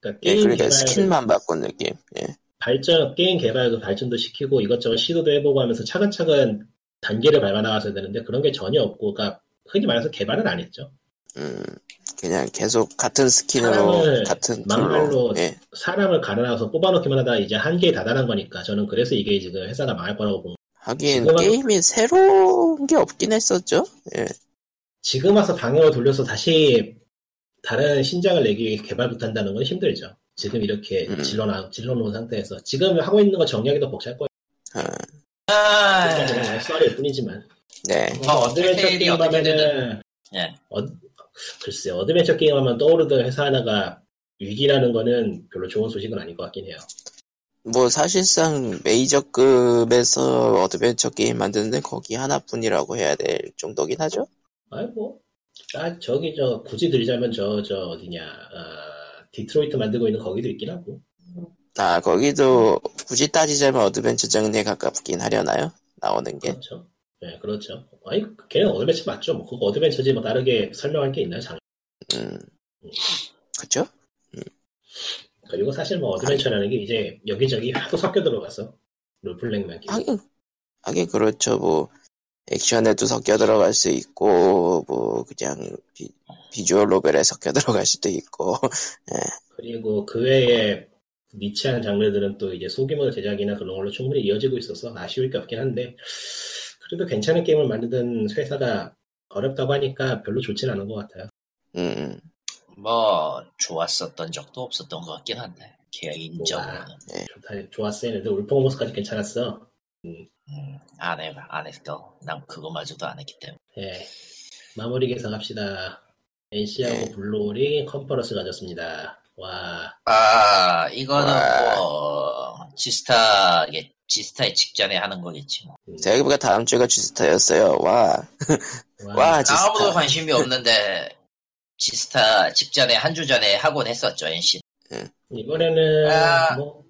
C: 그러니까
A: 예,
C: 게임
A: 그러니까
C: 개발
A: 스킨만 바꾼 느낌. 예.
C: 발전 게임 개발도 발전도 시키고 이것저것 시도도 해보고 하면서 차근차근 단계를 밟아 나가야 되는데 그런 게 전혀 없고 그러니까 흔히 말해서 개발은 안 했죠.
A: 음, 그냥 계속 같은 스킨으로
C: 사람을
A: 같은 툴로.
C: 막말로
A: 예.
C: 사람을 갈아놔서 뽑아놓기만 하다 이제 한계에 다다른 거니까 저는 그래서 이게 지금 회사가 망할 거라고 보고
A: 하긴
C: 지금은-
A: 게임이 새로운 게 없긴 했었죠. 예.
C: 지금 와서 방향을 돌려서 다시 다른 신작을 내기 위해 개발부터 한다는 건 힘들죠. 지금 이렇게
A: 음.
C: 질러나 질러놓은 상태에서 지금 하고 있는 거 정리하기 더 벅찰 거예요.
A: 어,
B: 아,
C: 그러니까 그냥 썰일 뿐이지만
A: 네.
B: 뭐
C: 어드벤처
B: 어떻게
C: 게임
B: 어떻게
C: 하면은
B: 예.
C: 어, 글쎄 어드벤처 게임 하면 떠오르던 회사 하나가 위기라는 거는 별로 좋은 소식은 아닌 것 같긴 해요.
A: 뭐 사실상 메이저급에서 어드벤처 게임 만드는데 거기 하나뿐이라고 해야 될 정도긴 하죠.
C: 아이고, 아 저기 저 굳이 들자면 저 저 어디냐 아, 디트로이트 만들고 있는 거기도 있긴 하고
A: 아, 거기도 굳이 따지자면 어드벤처 장르에 가깝긴 하려나요? 나오는 게.
C: 그렇죠. 네 그렇죠. 아니 걔는 어드벤처 맞죠? 뭐 그거 어드벤처지 뭐 다르게 설명할 게 있나요? 장.
A: 음. 그쵸?
C: 그리고 사실 뭐 어드벤처라는 게 이제 여기저기 하도 섞여 들어가서 롤플레잉만 끼고.
A: 하긴, 하긴 그렇죠. 뭐, 액션에도 섞여 들어갈 수 있고, 뭐, 그냥 비, 비주얼 노벨에 섞여 들어갈 수도 있고.
C: 그리고 그 외에 니치한 장르들은 또 이제 소규모 제작이나 그런 걸로 충분히 이어지고 있어서 아쉬울 게 없긴 한데 그래도 괜찮은 게임을 만드는 회사가 어렵다고 하니까 별로 좋진 않은 것 같아요.
A: 음,
B: 뭐 좋았었던 적도 없었던 것 같긴 한데
C: 네.
B: 개인적으로는
C: 좋다, 좋았어 했는데 울펑모스까지 괜찮았어.
B: 음, 안 해봐 안 했어 난 그거마저도 안 했기 때문에
C: 예. 마무리 계산합시다. NC하고
A: 네.
C: 블루홀이 컨퍼런스 가졌습니다. 와,
B: 아 이거는
A: 와.
B: 뭐 지스타 예, 지스타의 직전에 하는 거겠지 뭐
A: 제가 보니까 다음 주가 주스타였어요. 와, 와,
B: 아무도
A: 주스타.
B: 관심이 없는데 지스타 직전에 한 주 전에 하곤 했었죠 NC
C: 이번에는
B: 아.
C: 뭐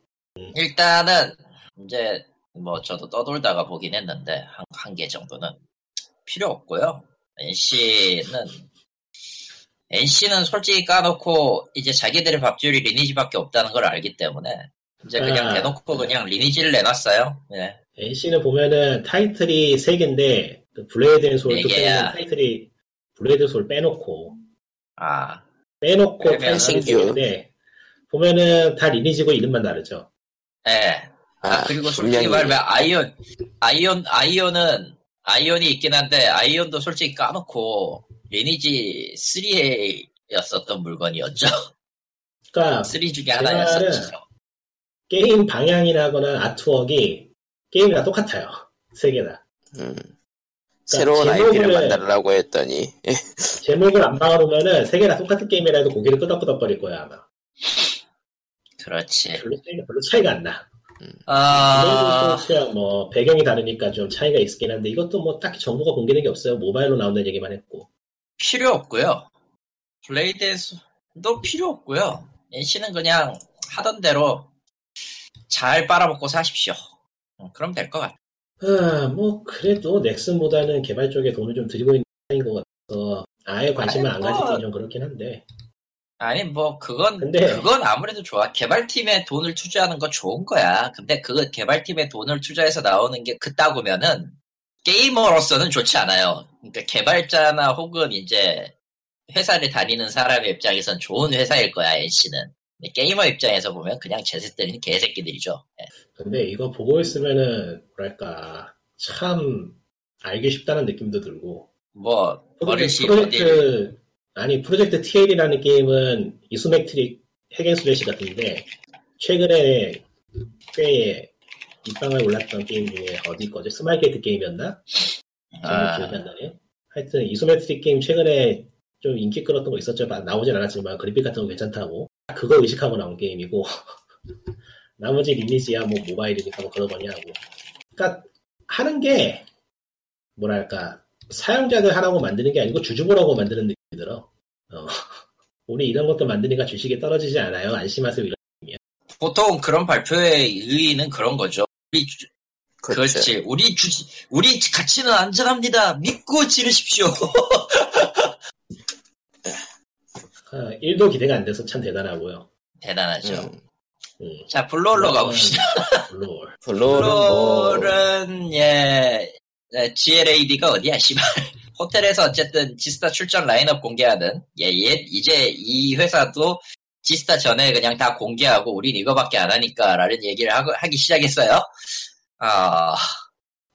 B: 일단은 이제 뭐 저도 떠돌다가 보긴 했는데 한 개 정도는 필요 없고요. NC는 NC는 솔직히 까놓고 이제 자기들의 밥줄이 리니지밖에 없다는 걸 알기 때문에 이제 그냥
C: 아.
B: 대놓고 그냥 리니지를 내놨어요. 네.
C: NC는 보면은 타이틀이 세 개인데 그 블레이드 앤 소울도
B: 네
C: 빼는
B: 개야.
C: 타이틀이 블레이드 앤 소울 빼놓고
B: 아,
C: 빼놓고
B: 그러면
C: 타이틀이 세
A: 신규.
C: 개인데 보면은 다 리니지고 이름만 다르죠.
B: 예. 아,
A: 아,
B: 그리고 솔직히
A: 분명히.
B: 말하면 아이언, 아이언, 아이언은 아이언이 있긴 한데 아이언도 솔직히 까놓고 리니지 3였었던 물건이었죠.
C: 그러니까
B: 3 중에
C: 옛날에
B: 하나였었죠.
C: 게임 방향이라거나 아트웍이 게임이랑 똑같아요. 세 개나.
A: 음. 새로운
C: 제목을-
A: IP를 만들라고 했더니, 예,
C: 제목을 안 박아놓으면은 세 개나 똑같은 게임이라도 고개를 끄덕끄덕거릴 거야 아마.
B: 그렇지.
C: 별로 차이가, 별로 차이가 안 나.
B: 아,
C: 블레이드 앤 소울이야 뭐 배경이 다르니까 좀 차이가 있긴 한데 이것도 뭐 딱히 정보가 공개된 게 없어요. 모바일로 나온다는 얘기만 했고.
B: 필요 없고요. 블레이드에서도 필요 없고요. NC는 그냥 하던 대로 잘 빨아먹고 사십시오. 어, 그럼 될 것 같아요.
C: 아, 뭐 그래도 넥슨보다는 개발 쪽에 돈을 좀 들이고 있는 편인 것 같아서 아예 관심을 안
B: 아이고.
C: 가지긴 좀 그렇긴 한데
B: 아니 뭐 그건
C: 근데-
B: 그건 아무래도 좋아. 개발팀에 돈을 투자하는 거 좋은 거야. 근데 그 개발팀에 돈을 투자해서 나오는 게 그따구면은 게이머로서는 좋지 않아요. 그러니까 개발자나 혹은 이제 회사를 다니는 사람의 입장에선 좋은 회사일 거야 NC는. 게이머 입장에서 보면 그냥 제새들은 개새끼들이죠. 예.
C: 근데 이거 보고 있으면은 뭐랄까 참 알기 쉽다는 느낌도 들고
B: 뭐 어린
C: 프로젝트,
B: 시모델
C: 프로젝트 아니 프로젝트 TL이라는 게임은 이소맥트릭 핵앤슬래시 같은데 최근에 꽤 입방을 올랐던 게임 중에 어디 거지 스마일게이트 게임이었나?
B: 아,
C: 제목 기억이 안 나네요. 하여튼 이소메트릭 게임 최근에 좀 인기 끌었던 거 있었죠. 막 나오진 않았지만 그래픽 같은 거 괜찮다고 그거 의식하고 나온 게임이고 나머지 리니지야 뭐 모바일이니까 뭐 그런 거냐 하고. 그러니까 하는 게 뭐랄까 사용자들 하라고 만드는 게 아니고 주주보라고 만드는 느낌이 들어. 어. 우리 이런 것도 만드니까 주식이 떨어지지 않아요. 안심하세요. 이런.
B: 보통 그런 발표의 의의는 그런 거죠. 우리 주-
A: 그렇죠.
B: 그렇지. 우리 주 우리 가치는 안전합니다. 믿고 지르십시오.
C: 아, 일도 기대가 안 돼서 참 대단하고요.
B: 대단하죠.
A: 음,
C: 음,
B: 자, 블루홀로 가봅시다.
C: 블루홀.
A: 블루홀은 뭐
B: 블루홀은, 예, 예, GLAD가 어디야, 씨발. 호텔에서 어쨌든 지스타 출전 라인업 공개하는, 예, 옛, 이제 이 회사도 지스타 전에 그냥 다 공개하고, 우린 이거밖에 안 하니까, 라는 얘기를 하고, 하기 시작했어요. 아,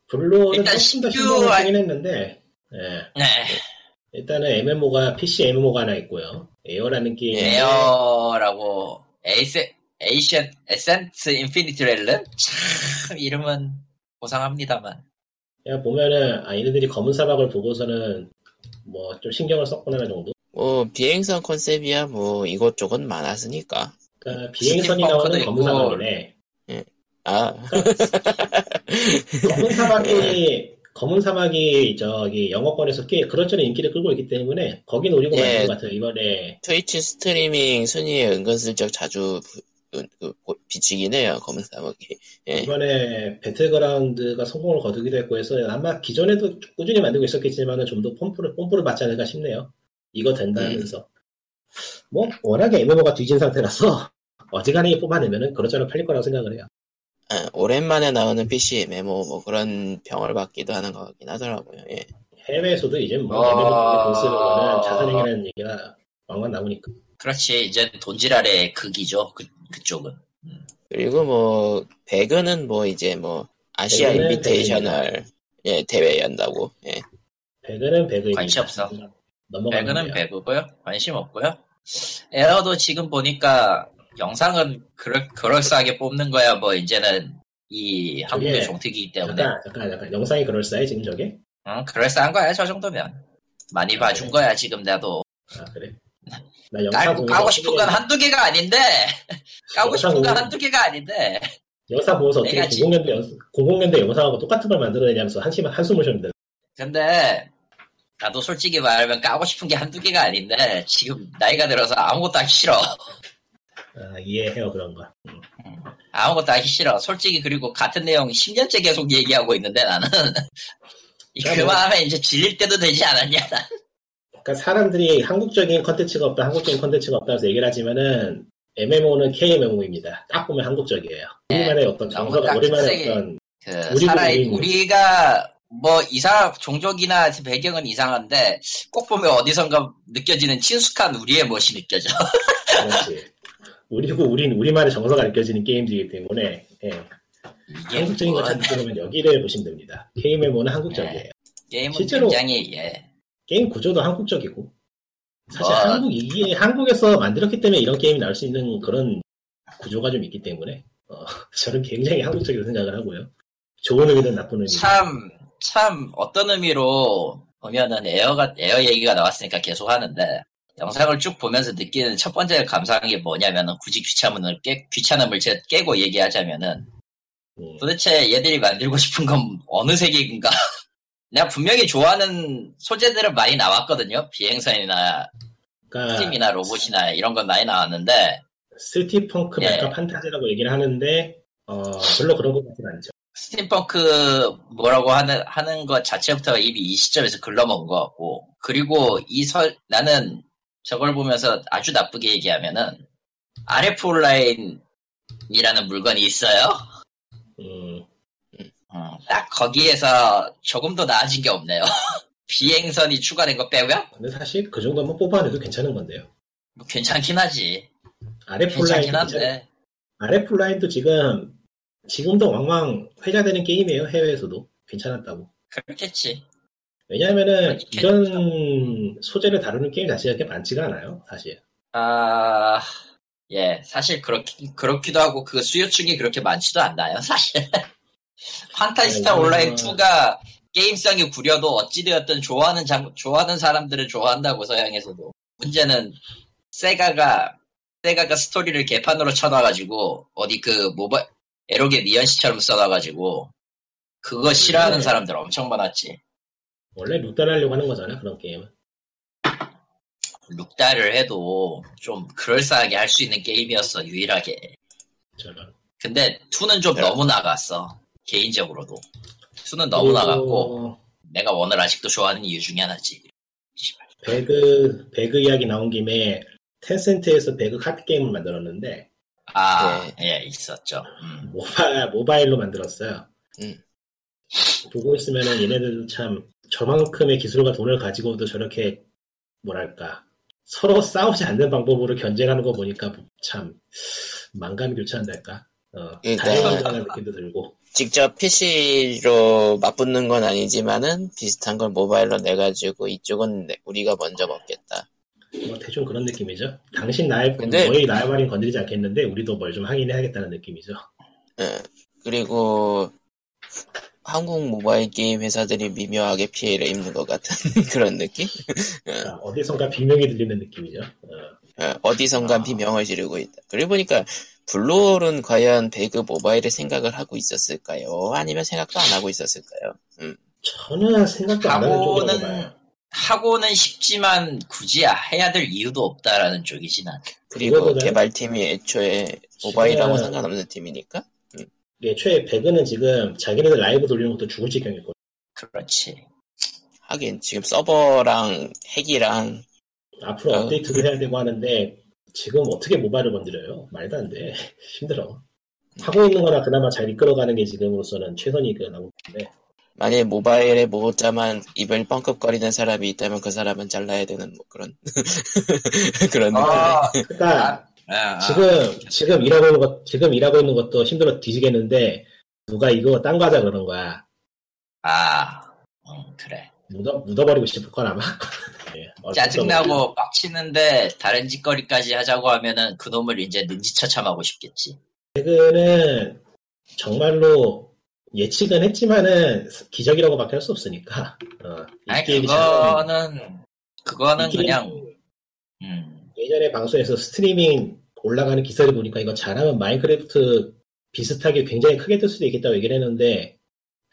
C: 블루홀은
B: 일단
C: 조금 더
B: 19
C: 신경을 쓰긴 했는데, 예.
B: 네.
C: 일단은 MMO가 PC MMO가 하나 있고요. 에어라는 게임.
B: 예. 에어라고, 에이스, 에이션, 에센스 인피니티 렐름? 참, 이름은 고상합니다만.
C: 그냥 보면은 아 얘네들이 검은 사막을 보고서는 뭐 좀 신경을 썼구나 하는 정도.
A: 뭐 비행선 컨셉이야 뭐 이것저것 많았으니까
C: 그러니까 비행선이 나오는
B: 스팀펑크도
C: 검은
B: 음, 있고.
C: 사막이네.
A: 아
C: 검은
B: 예.
C: 사막이 검은 사막이 저기 영어권에서 꽤 그런저런 인기를 끌고 있기 때문에 거긴 노리고
A: 예.
C: 말는 것 같아요. 이번에
A: 트위치 스트리밍 순위에 은근슬쩍 자주 부- 그- 그 보- 비치긴 해요 검은 사막이
B: 네.
A: 예.
C: 이번에 배틀그라운드가 성공을 거두기도 했고 해서 아마 기존에도 꾸준히 만들고 있었겠지만은 좀 더 펌프를 펌프를 받지 않을까 싶네요. 이거
B: 네.
C: 된다면서 뭐 워낙에 MMO가 뒤진 상태라서 어지간히 뽑아내면은 그런저런 팔릴 거라고 생각을 해요.
A: 아, 오랜만에 나오는 PC 메모 뭐 그런 병을 받기도 하는 것 같긴 하더라고요 예.
C: 해외에서도 이제 뭐
B: 아.
C: MMO 돈 쓰는 거는 자살행위라는 얘기가 왕왕 나오니까
B: 그렇지, 이제 돈지랄의 극이죠, 그, 그쪽은.
C: 음.
A: 그리고 뭐 배그는 뭐 이제 뭐 아시아
C: 배그는
A: 인비테이셔널 예 대회 연다고 예.
C: 배그는 배그입니다.
B: 관심 없어.
C: 넘어가는
B: 배그는
C: 거예요.
B: 배그고요. 관심 없고요. 에어도 지금 보니까 영상은 그럴, 그럴싸하게 뽑는 거야. 뭐 이제는 이 한국의
C: 저게-
B: 종특이기 때문에
C: 잠깐 잠깐 잠깐 영상이 그럴싸해 지금 저게?
B: 응, 그럴싸한 거야. 저 정도면 많이 봐준 거야. 지금 나도
C: 아 그래? 나 예. 영상
B: 깔고
C: 보면서
B: 까고 싶은 건
C: 어떻게-
B: 한두 개가 아닌데 까고
C: 영상
B: 싶은 건
C: 보면-
B: 한두 개가 아닌데
C: 영상 보면서 어떻게
B: 내가 지-
C: 00년대 영- 00년대 영상하고 똑같은 걸 만들어내냐면서 한심한 한숨을 쉬는데
B: 근데 나도 솔직히 말하면 까고 싶은 게 한두 개가 아닌데 지금 나이가 들어서 아무것도 하기 싫어.
C: 아, 이해해요 그런 거.
B: 아무것도 하기 싫어. 솔직히 그리고 같은 내용 10년째 계속 얘기하고 있는데 나는 이 그만하면 이제 질릴 때도 되지 않았냐? 난.
C: 그러니까 사람들이 한국적인 컨텐츠가 없다, 한국적인 컨텐츠가 없다면서 얘기를 하지만은 MMO는 KMMO입니다. 딱 보면 한국적이에요. 우리만의 어떤 정서가
B: 네. 너무 딱
C: 우리만의
B: 특색이-
C: 어떤
B: 그
C: 우리도
B: 살아
C: 우리는.
B: 우리가 뭐 이상 종족이나 배경은 이상한데 꼭 보면 어디선가 느껴지는 친숙한 우리의 멋이 느껴져.
C: 그렇지. 우리고 우린 우리만의 정서가 느껴지는 게임이기 때문에 예.
B: 이게
C: 한국적인
B: 뭐, 네.
C: 걸 찾으면 여기를 보시면 됩니다. KMMO는 한국적이에요.
B: 게임은
C: 실제로-
B: 굉장히 예.
C: 게임 구조도 한국적이고 사실
B: 뭐.
C: 한국 이게 한국에서 만들었기 때문에 이런 게임이 나올 수 있는 그런 구조가 좀 있기 때문에 어, 저는 굉장히 한국적이라고 생각을 하고요. 좋은 의미든 나쁜 의미든
B: 참, 참, 어떤 의미로 보면은 에어가, 에어 얘기가 나왔으니까 계속 하는데, 영상을 쭉 보면서 느끼는 첫 번째 감상이 뭐냐면은, 굳이 귀찮음을 깨, 귀찮음을 제- 깨고 얘기하자면은,
C: 음,
B: 도대체 얘들이 만들고 싶은 건 어느 세계인가? 내가 분명히 좋아하는 소재들은 많이 나왔거든요. 비행선이나
C: 그러니까
B: 팀이나 로봇이나 이런 건 많이 나왔는데,
C: 스티펑크
B: 예.
C: 백과 판타지라고 얘기를 하는데 어, 별로 그런 것 같진 않죠.
B: 스팀펑크 뭐라고 하는 하는 것 자체부터가 이미 이 시점에서 글러먹은 것 같고 그리고 이 설 나는 저걸 보면서 아주 나쁘게 얘기하면은 RF 온라인이라는 물건이 있어요.
C: 음,
B: 어, 딱 거기에서 조금 더 나아진 게 없네요. 비행선이 추가된 것 빼고요.
C: 근데 사실 그 정도면 뽑아내도 괜찮은 건데요.
B: 뭐 괜찮긴 하지.
C: 아래
B: 괜찮긴
C: 플라인도
B: 한데
C: 아래 플라인도 지금 지금도 왕왕 회자되는 게임이에요 해외에서도 괜찮았다고.
B: 그렇겠지.
C: 왜냐하면은
B: 아니,
C: 이런 소재를 다루는 게임 자체가 그렇게 많지가 않아요, 사실.
B: 아 예, 사실 그렇기, 그렇기도 하고 그 수요층이 그렇게 많지도 않나요, 사실. 판타지스타
C: 네,
B: 온라인
C: 이거는-
B: 2가 게임성이 구려도 어찌되었든 좋아하는 장, 좋아하는 사람들은 좋아한다고 서양에서도. 문제는 세가가 세가가 스토리를 개판으로 쳐놔가지고 어디 그 모바 에로게 미연씨처럼 써놔가지고 그거 싫어하는
C: 네.
B: 사람들 엄청 많았지.
C: 원래 룩달하려고 하는 거잖아, 그런 게임은.
B: 룩다를 해도 좀 그럴싸하게 할 수 있는 게임이었어 유일하게.
C: 저런.
B: 근데 2는 좀
A: 네.
B: 너무 나갔어. 개인적으로도. 2는 너무
C: 그리고
B: 나갔고 내가 원을 아직도 좋아하는 이유 중에 하나지.
C: 배그 배그 이야기 나온 김에 텐센트에서 배그 카드 게임을 만들었는데
B: 아,
C: 네.
B: 예, 있었죠. 음.
C: 모바, 모바일로 만들었어요.
A: 음.
C: 보고 있으면은 얘네들도 참 저만큼의 기술과 돈을 가지고도 저렇게 뭐랄까 서로 싸우지 않는 방법으로 견제하는 거 보니까 참 망감이 교차한달까. 어,
A: 그러니까-
C: 다양한 느낌도 들고.
A: 직접 PC로 맞붙는 건 아니지만은 비슷한 걸 모바일로 내가지고 이쪽은 내- 우리가 먼저 먹겠다.
C: 뭐 대충 그런 느낌이죠. 당신 나의
A: 근데-
C: 너의 나의 말인 건드리지 않겠는데 우리도 뭘 좀 하긴 해야겠다는 느낌이죠.
A: 예. 그리고 한국 모바일 게임 회사들이 미묘하게 피해를 입는 것 같은 그런 느낌? 네.
C: 그러니까 어디선가 비명이 들리는 느낌이죠. 어,
A: 예, 어디선가
B: 아.
A: 비명을 지르고 있다. 그리고 보니까 블루홀은 과연 배그 모바일의 생각을 하고 있었을까요? 아니면 생각도 안 하고 있었을까요?
C: 전혀 생각도 안 하는 쪽으로
B: 하고는
C: 봐요.
B: 하고는 싶지만 굳이 해야 될 이유도 없다라는 쪽이지 난.
A: 그리고
C: 그거보다는-
A: 개발팀이 애초에 모바일하고
C: 지금은-
A: 상관없는 팀이니까
C: 애초에 배그는 예, 지금 자기네들 라이브 돌리는 것도 죽을 지경이고
B: 그렇지.
A: 하긴 지금 서버랑 핵이랑
C: 앞으로
A: 아.
C: 업데이트도 해야 되고 하는데 지금 어떻게 모바일을 건드려요? 말도 안 돼. 힘들어. 하고 있는 거나 그나마 잘 이끌어가는 게 지금으로서는 최선이라고 그 보는데
A: 만일 모바일에 모자만 입을 뻥끗거리는 사람이 있다면 그 사람은 잘라야 되는 뭐 그런 그런 느낌.
B: 아,
C: 그러니까
B: 아,
C: 지금 지금 일하고 있는 것 지금 일하고 있는 것도 힘들어 뒤지겠는데 누가 이거 딴 과자 그런 거야
B: 아, 음, 그래.
C: 묻어 묻어버리고 싶을 건 아마 예, 얼핏 떠오르네요.
B: 짜증나고 빡치는데 다른 짓거리까지 하자고 하면은 그놈을 이제 능지처참하고 싶겠지.
C: 최근은 정말로 예측은 했지만은 기적이라고밖에 할 수 없으니까 어, 이
B: 아니
C: 게임이 참-
B: 그거는 그거는
C: 이 게임이
B: 그냥 음,
C: 예전에 방송에서 스트리밍 올라가는 기사를 보니까 이거 잘하면 마인크래프트 비슷하게 굉장히 크게 뜰 수도 있겠다고 얘기를 했는데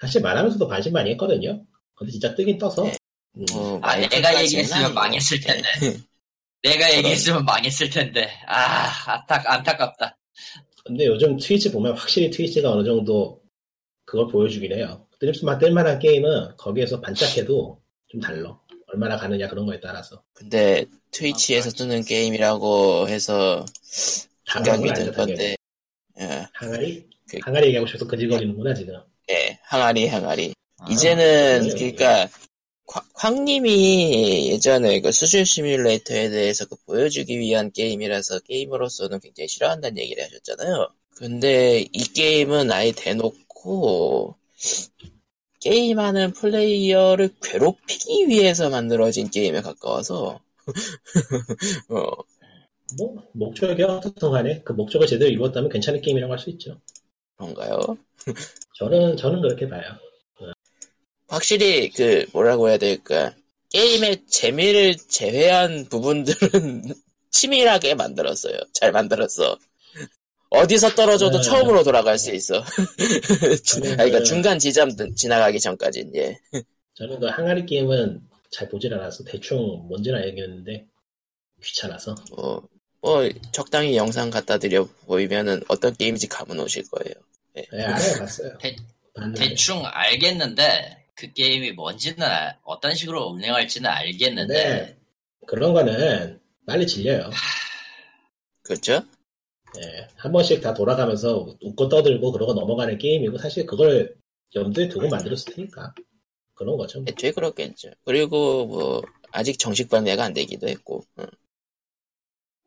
C: 사실 말하면서도 반신 많이 했거든요 근데 진짜 뜨긴
B: 네.
C: 떠서 음.
A: 어,
B: 아
A: 마이크까지는
B: 내가 얘기했으면
A: 아니고.
B: 망했을
C: 네.
B: 텐데. 내가 얘기했으면 망했을 텐데. 아, 안타, 안타깝다.
C: 근데 요즘 트위치 보면 확실히 트위치가 어느 정도 그걸 보여주긴 해요. 뜰만, 뜰만한 게임은 거기에서 반짝해도 좀 달라. 얼마나 가느냐 그런 거에 따라서.
A: 근데
B: 아,
A: 트위치에서 뜨는 게임이라고 해서
C: 다
A: 가격이
C: 그런
A: 들
C: 건 아니죠,
A: 건데 예,
C: 항아리?
A: 그-
C: 항아리 얘기하고 싶어서 거지거리는구나, 지금.
A: 예, 항아리 항아리
B: 아,
A: 이제는
C: 그래요?
A: 그러니까 곽- 황님이 예전에 그 수술 시뮬레이터에 대해서 그 보여주기 위한 게임이라서 게임으로서는 굉장히 싫어한다는 얘기를 하셨잖아요. 근데 이 게임은 아예 대놓고 게임하는 플레이어를 괴롭히기 위해서 만들어진 게임에 가까워서 어,
C: 뭐, 목적이 어떻든 간에 그 목적을 제대로 이뤘다면 괜찮은 게임이라고 할 수 있죠.
A: 그런가요?
C: 저는, 저는 그렇게 봐요.
A: 확실히 그 뭐라고 해야 될까 게임의 재미를 제외한 부분들은 치밀하게 만들었어요. 잘 만들었어. 어디서 떨어져도
C: 네.
A: 처음으로 돌아갈 수 있어. 주-
C: 저는
A: 아, 그러니까
C: 그-
A: 중간 지점 든- 지나가기 전까지 예.
C: 저는 그 항아리 게임은 잘 보질 않아서 대충 뭔지는 알겠는데 귀찮아서.
A: 뭐, 뭐 적당히 영상 갖다 드려 보이면은 어떤 게임인지 감은 오실 거예요.
C: 예, 알아요, 봤어요.
B: 대-
C: 봤는데.
B: 대충 알겠는데 그 게임이 뭔지는 알- 어떤 식으로 운영할지는 알겠는데
C: 근데 그런 거는 빨리 질려요.
A: 그렇죠?
C: 예, 한 번씩 다 돌아가면서 웃고 떠들고 그러고 넘어가는 게임이고 사실 그걸 염두에 두고 만들었을 테니까 그런 거죠. 뭐.
A: 애초에 그렇겠죠. 그리고 뭐 아직 정식 발매가 안 되기도 했고. 응.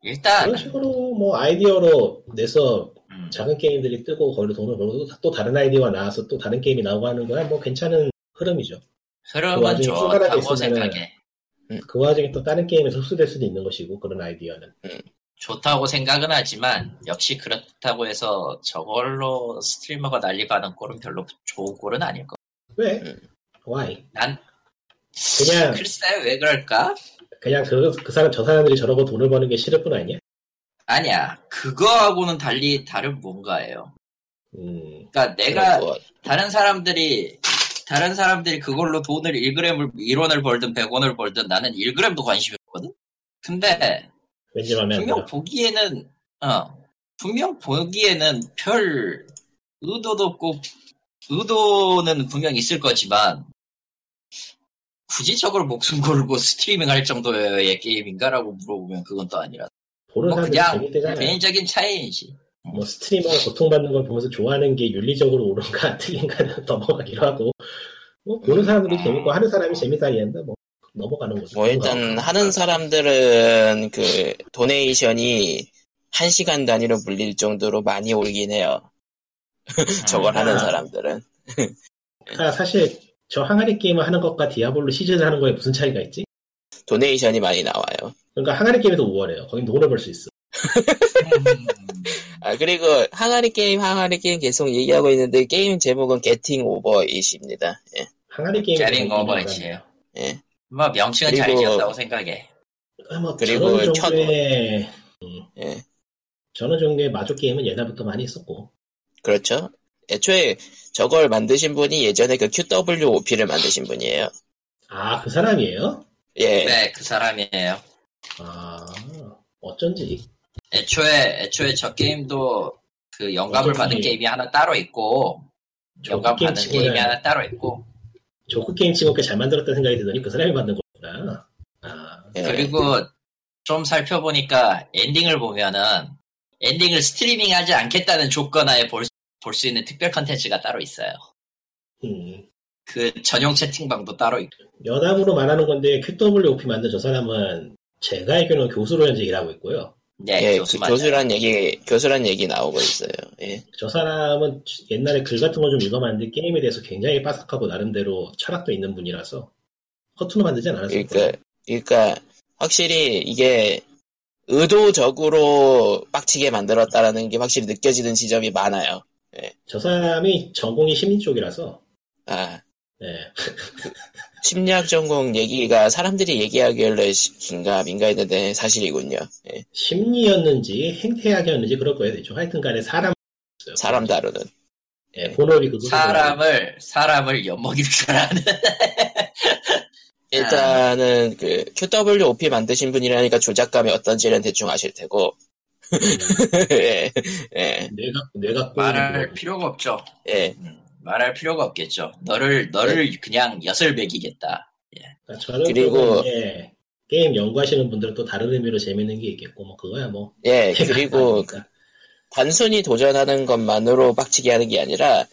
B: 일단
C: 그런 식으로 뭐 아이디어로 내서
B: 음,
C: 작은 게임들이 뜨고 거기로 돈을 벌고 또 다른 아이디어가 나와서 또 다른 게임이 나오고 하는 거야 뭐 괜찮은 흐름이죠. 그
B: 흐름은
C: 와중에
B: 좋다고
C: 출발하게 있으면은-
B: 생각해.
C: 그 와중에 또 다른 게임에 흡수될 수도 있는 것이고 그런 아이디어는
B: 좋다고 생각은 하지만 역시 그렇다고 해서 저걸로 스트리머가 난립하는 꼴은 별로 좋은 꼴은 아닐 것.
C: 왜?
A: 음.
C: Why?
B: 난
C: 그냥
B: 글쎄 왜 그럴까?
C: 그냥 그, 그 사람 저 사람들이 저러고 돈을 버는 게 싫을 뿐 아니야?
B: 아니야 그거하고는 달리 다른 뭔가예요.
C: 음,
B: 그러니까 내가
A: 그리고
B: 다른 사람들이 다른 사람들이 그걸로 돈을 1g을 1원을 벌든 100원을 벌든 나는 1g도 관심이 없거든. 근데
C: 왠지 마음에 안
B: 분명
C: 들어.
B: 보기에는 어 분명 보기에는 별 의도도 없고 의도는 분명 있을 거지만 굳이 저걸 목숨 걸고 스트리밍 할 정도의 게임인가라고 물어보면 그건 또 아니라
C: 보는
B: 뭐
C: 사람들이
B: 그냥
C: 재밌대잖아요.
B: 개인적인 차이이지.
C: 뭐 스트리머가 고통받는 걸 보면서 좋아하는 게 윤리적으로 옳은가 틀린가는 넘어가기로 하고 뭐 보는 사람들이
B: 음.
C: 재밌고 하는 사람이 재밌다 이랬는데 뭐 넘어가는 거죠.
A: 뭐
B: 아,
A: 일단 하는 사람들은 그 도네이션이 한 시간 단위로 물릴 정도로 많이 오긴 해요. 저걸
B: 음,
A: 하는
C: 아.
A: 사람들은.
C: 그러니까 사실 저 항아리 게임을 하는 것과 디아블로 시즌을 하는 거에 무슨 차이가 있지?
A: 도네이션이 많이 나와요.
C: 그러니까 항아리 게임에도 5월에요. 거긴 돈을 벌 수 있어.
B: 음.
A: 아, 그리고 항아리 게임, 항아리 게임 계속 얘기하고 있는데 게임 제목은 Getting Overit입니다. 예.
C: 항아리 게임
B: 게링 오버이지예요.
A: 네. 예.
B: 뭐 명칭은 잘
A: 그리고-
B: 지었다고 생각해.
C: 뭐
A: 그리고
C: 저런
A: 첫-
C: 종류의
A: 예.
C: 저런 종류의 마조 게임은 옛날부터 많이 있었고
A: 그렇죠. 애초에 저걸 만드신 분이 예전에 그 QWOP를 만드신 분이에요.
C: 아 그 사람이에요?
A: 예.
B: 네, 그 사람이에요.
C: 아 어쩐지
B: 애초에 애초에 저 게임도 그 영감을
C: 어떤
B: 받은
C: 게임?
B: 게임이 하나 따로 있고 영감
C: 게임
B: 받은
C: 치고는-
B: 게임이 하나 따로 있고
C: 조크 게임 치고 꽤잘 만들었다는 생각이 드더니 그 사람이 만든 거구나. 아,
A: 예.
B: 그리고 좀 살펴보니까 엔딩을 보면은 엔딩을 스트리밍하지 않겠다는 조건하에 볼 수 있는 특별 컨텐츠가 따로 있어요.
C: 음.
B: 그 전용 채팅방도 따로 있고
C: 여담으로 말하는 건데 QWOP 만든 저 사람은 제가 알기로는 교수로 현재 일하고 있고요.
B: 네,
A: 예,
B: 교수
A: 그
B: 맞아요.
A: 교수란 얘기, 교수란 얘기 나오고 있어요. 예.
C: 저 사람은 옛날에 글 같은 거 좀 읽어봤는데 게임에 대해서 굉장히 빠삭하고 나름대로 철학도 있는 분이라서 허투루 만들진 않았을 거예요.
A: 그러니까, 그러니까 확실히 이게 의도적으로 빡치게 만들었다라는 게 확실히 느껴지는 지점이 많아요.
C: 저 사람이 전공이 심리 쪽이라서
A: 아,
C: 예.
A: 심리학 전공 얘기가 사람들이 얘기하길래 시- 긴가 민가했는데 사실이군요. 예.
C: 심리였는지 행태학이었는지 그럴 거예요 대충 하여튼간에 사람
A: 사람 다루는.
C: 예, 본업이 그거
B: 사람을 사람을 엿먹일 줄 아는
A: 일단은 그 QWOP 만드신 분이라니까 조작감이 어떤지는 대충 아실 테고. 예. 예.
C: 뇌가 뇌가
A: 뭐
B: 말할 필요가 없죠.
A: 예.
B: 음, 말할 필요가 없겠죠. 너를
A: 네.
B: 너를 그냥 엿을 먹이겠다.
C: 그러니까 저는
A: 그리고-
C: 그리고 예, 게임 연구하시는 분들은 또 다른 의미로 재밌는 게 있겠고 뭐 그거야 뭐
A: 예. 그리고
C: 그러니까.
A: 단순히 도전하는 것만으로 빡치게 하는 게 아니라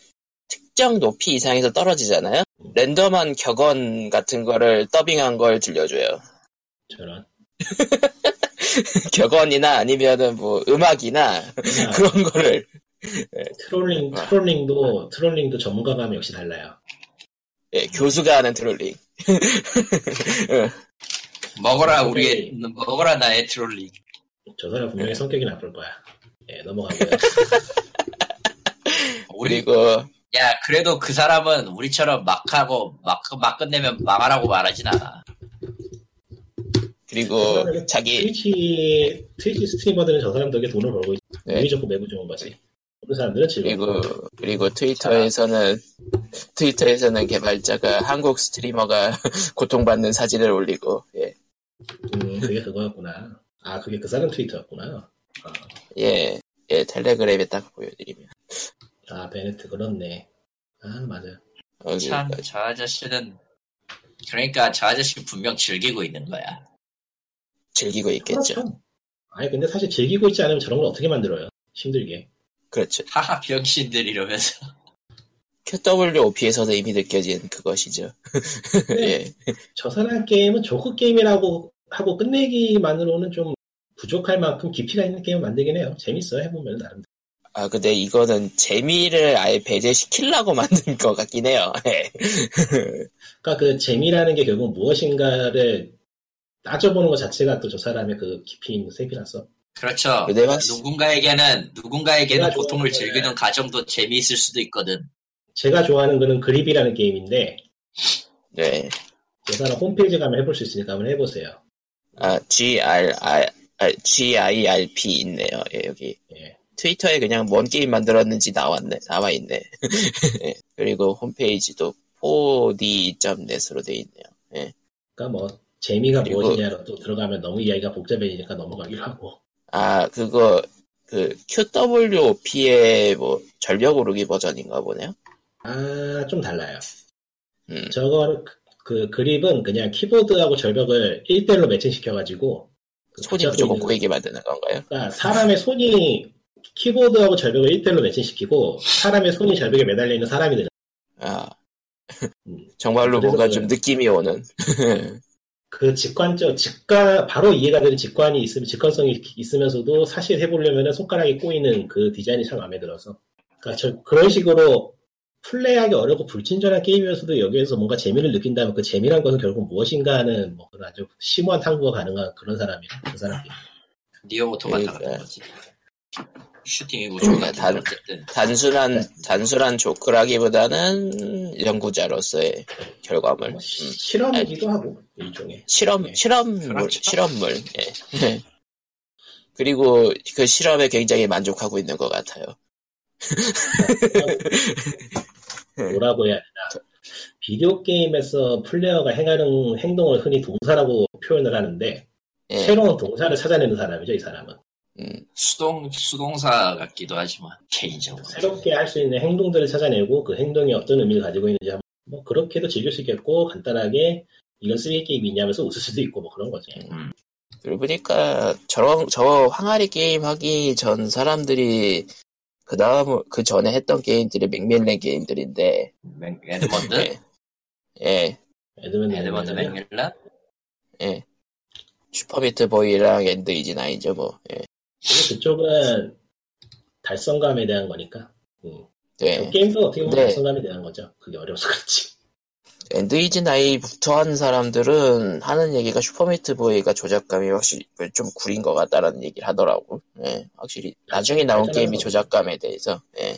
A: 특정 높이 이상에서 떨어지잖아요. 랜덤한 격언 같은 거를 더빙한 걸 들려줘요.
C: 저런
A: 격언이나 아니면은 뭐 음악이나
B: 아.
C: 그냥
A: 그런 거를
C: 트롤링
A: 아.
C: 트롤링도 트롤링도 전문가감 역시 달라요.
A: 예, 교수가 하는 트롤링.
B: 먹어라
C: 네.
B: 우리의 먹어라 나의 트롤링.
C: 저 사람
A: 네.
C: 분명히 성격이 나쁠 거야. 예 넘어가고요.
B: 우리
A: 그리고
B: 야 그래도 그 사람은 우리처럼 막하고 막 막 끝내면 망하라고 말하진 않아.
A: 그리고 자기
C: 트위치 트위치 스트리머들은 저 사람 덕에 돈을 벌고 있지.
A: 네.
C: 돈이 좋고 매부 좋은 거지. 그런 사람들은 즐거워.
A: 그리고 그리고 트위터에서는 트위터에서는 개발자가 한국 스트리머가 고통받는 사진을 올리고 예.
C: 음, 그게 그거였구나. 아 그게 그 사람 트위터였구나. 아,
A: 예. 예, 텔레그램에 딱 보여드리면.
C: 아 베네트 그렇네. 아 맞아요.
A: 어,
B: 참 저 아저씨는 그러니까 저 아저씨 분명 즐기고 있는 거야.
A: 즐기고 있겠죠.
C: 그렇죠. 아니 근데 사실 즐기고 있지 않으면 저런 걸 어떻게 만들어요? 힘들게.
A: 그렇죠.
B: 하하 병신들 이러면서
A: QWOP에서도 이미 느껴진 그것이죠.
C: 네.
A: 예.
C: 저 사람 게임은 조크 게임이라고 하고 끝내기만으로는 좀 부족할 만큼 깊이가 있는 게임을 만들긴 해요. 재밌어요. 해보면 나름.
A: 아, 근데 이거는 재미를 아예 배제시키려고 만든 것 같긴 해요. 예.
C: 그러니까 그 재미라는 게 결국 무엇인가를 따져보는 것 자체가 또 저 사람의 그 깊이 있는 셈이라서.
B: 그렇죠.
A: 근데 확실히,
B: 누군가에게는 누군가에게는
C: 내가
B: 고통을
C: 좋아하는
A: 네.
B: 즐기는 과정도 재미있을 수도 있거든.
C: 제가 좋아하는 거는 그립이라는 게임인데
A: 네.
C: 저 사람 홈페이지 가면 해볼 수 있으니까 한번 해보세요.
A: 아, GRI, 아, GIRP 있네요. 예, 여기.
C: 예.
A: 트위터에 그냥 뭔 게임 만들었는지 나왔네. 나와있네. 예. 그리고 홈페이지도 4d.net으로 돼 있네요.
C: 그러니까 뭐 재미가
A: 그리고-
C: 무엇이냐로 또 들어가면 너무 이야기가 복잡해지니까 넘어가기로 하고.
A: 아, 그거, 그, QWOP의 뭐, 절벽 오르기 버전인가 보네요.
C: 아, 좀 달라요.
A: 음.
C: 저거 그, 그 그립은 그냥 키보드하고 절벽을 1대1로 매칭시켜가지고 그
A: 손이
C: 붙잡고
A: 무조건
C: 있는-
A: 꼬이게 만드는 건가요?
C: 그러니까 사람의 손이 키보드하고 절벽을 1대1로 매칭시키고 사람의 손이 절벽에 매달려 있는 사람이 되잖아.
A: 아
C: 음.
A: 정말로
C: 그래서
A: 뭔가
C: 그래요.
A: 좀 느낌이 오는
C: 그 직관적 직관 바로 이해가 되는 직관이 있으면 직관성이 있으면서도 사실 해보려면 손가락이 꼬이는 그 디자인이 참 마음에 들어서. 그러니까 저 그런 식으로 플레이하기 어렵고 불친절한 게임이면서도 여기에서 뭔가 재미를 느낀다면 그 재미란 것은 결국 무엇인가 하는 뭐 그런 아주 심오한 탐구가 가능한 그런 사람이라 그 사람이.
B: 니어모토가
A: 그러니까.
B: 나가는 거지. 슈팅이고 좀
A: 그러니까
B: 같은
A: 다른-
B: 어쨌든
A: 단순한
C: 네.
A: 단순한 조크라기보다는 연구자로서의 결과물 음.
C: 뭐 네. 시- 실험이기도 하고 일종의.
A: 실험
B: 예.
A: 실험물
B: 그렇죠.
A: 실험물 예. 그리고 그 실험에 굉장히 만족하고 있는 것 같아요.
C: 뭐라고 해야 되나 비디오 게임에서 플레이어가 행하는 행동을 흔히 동사라고 표현을 하는데
A: 예.
C: 새로운 동사를 찾아내는 사람이죠 이 사람은
A: 음,
B: 수동 수동사 같기도 하지만 개인적으로
C: 새롭게 할 수 있는 행동들을 찾아내고 그 행동이 어떤 의미를 가지고 있는지 한번 뭐 그렇게도 즐길 수 있겠고 간단하게 이건 쓰레기 게임이냐면서 웃을 수도 있고 뭐 그런 거지
B: 음,
A: 그러고 보니까 저런 저 항아리 게임 하기 전 사람들이 그 다음 그 전에 했던 게임들이 맥밀런 게임들인데
B: 맥- 에드먼드
A: 예. 예,
C: 에드먼드
B: 에드먼드
C: 맥밀런은
B: 맥밀런
A: 예. 슈퍼미트보이랑 엔드 이즈나이죠 뭐. 예.
C: 그쪽은 달성감에 대한 거니까 음.
A: 네.
C: 게임도 어떻게 보면
A: 네.
C: 달성감에 대한 거죠 그게 어려워서 그렇지
A: 엔드 이즈나이부터 한 사람들은 하는 얘기가 슈퍼미트보이가 조작감이 확실히 좀 구린 것 같다라는 얘기를 하더라고. 예. 확실히 나중에 나온
C: 발전하는
A: 게임이
C: 거죠.
A: 조작감에 대해서. 예.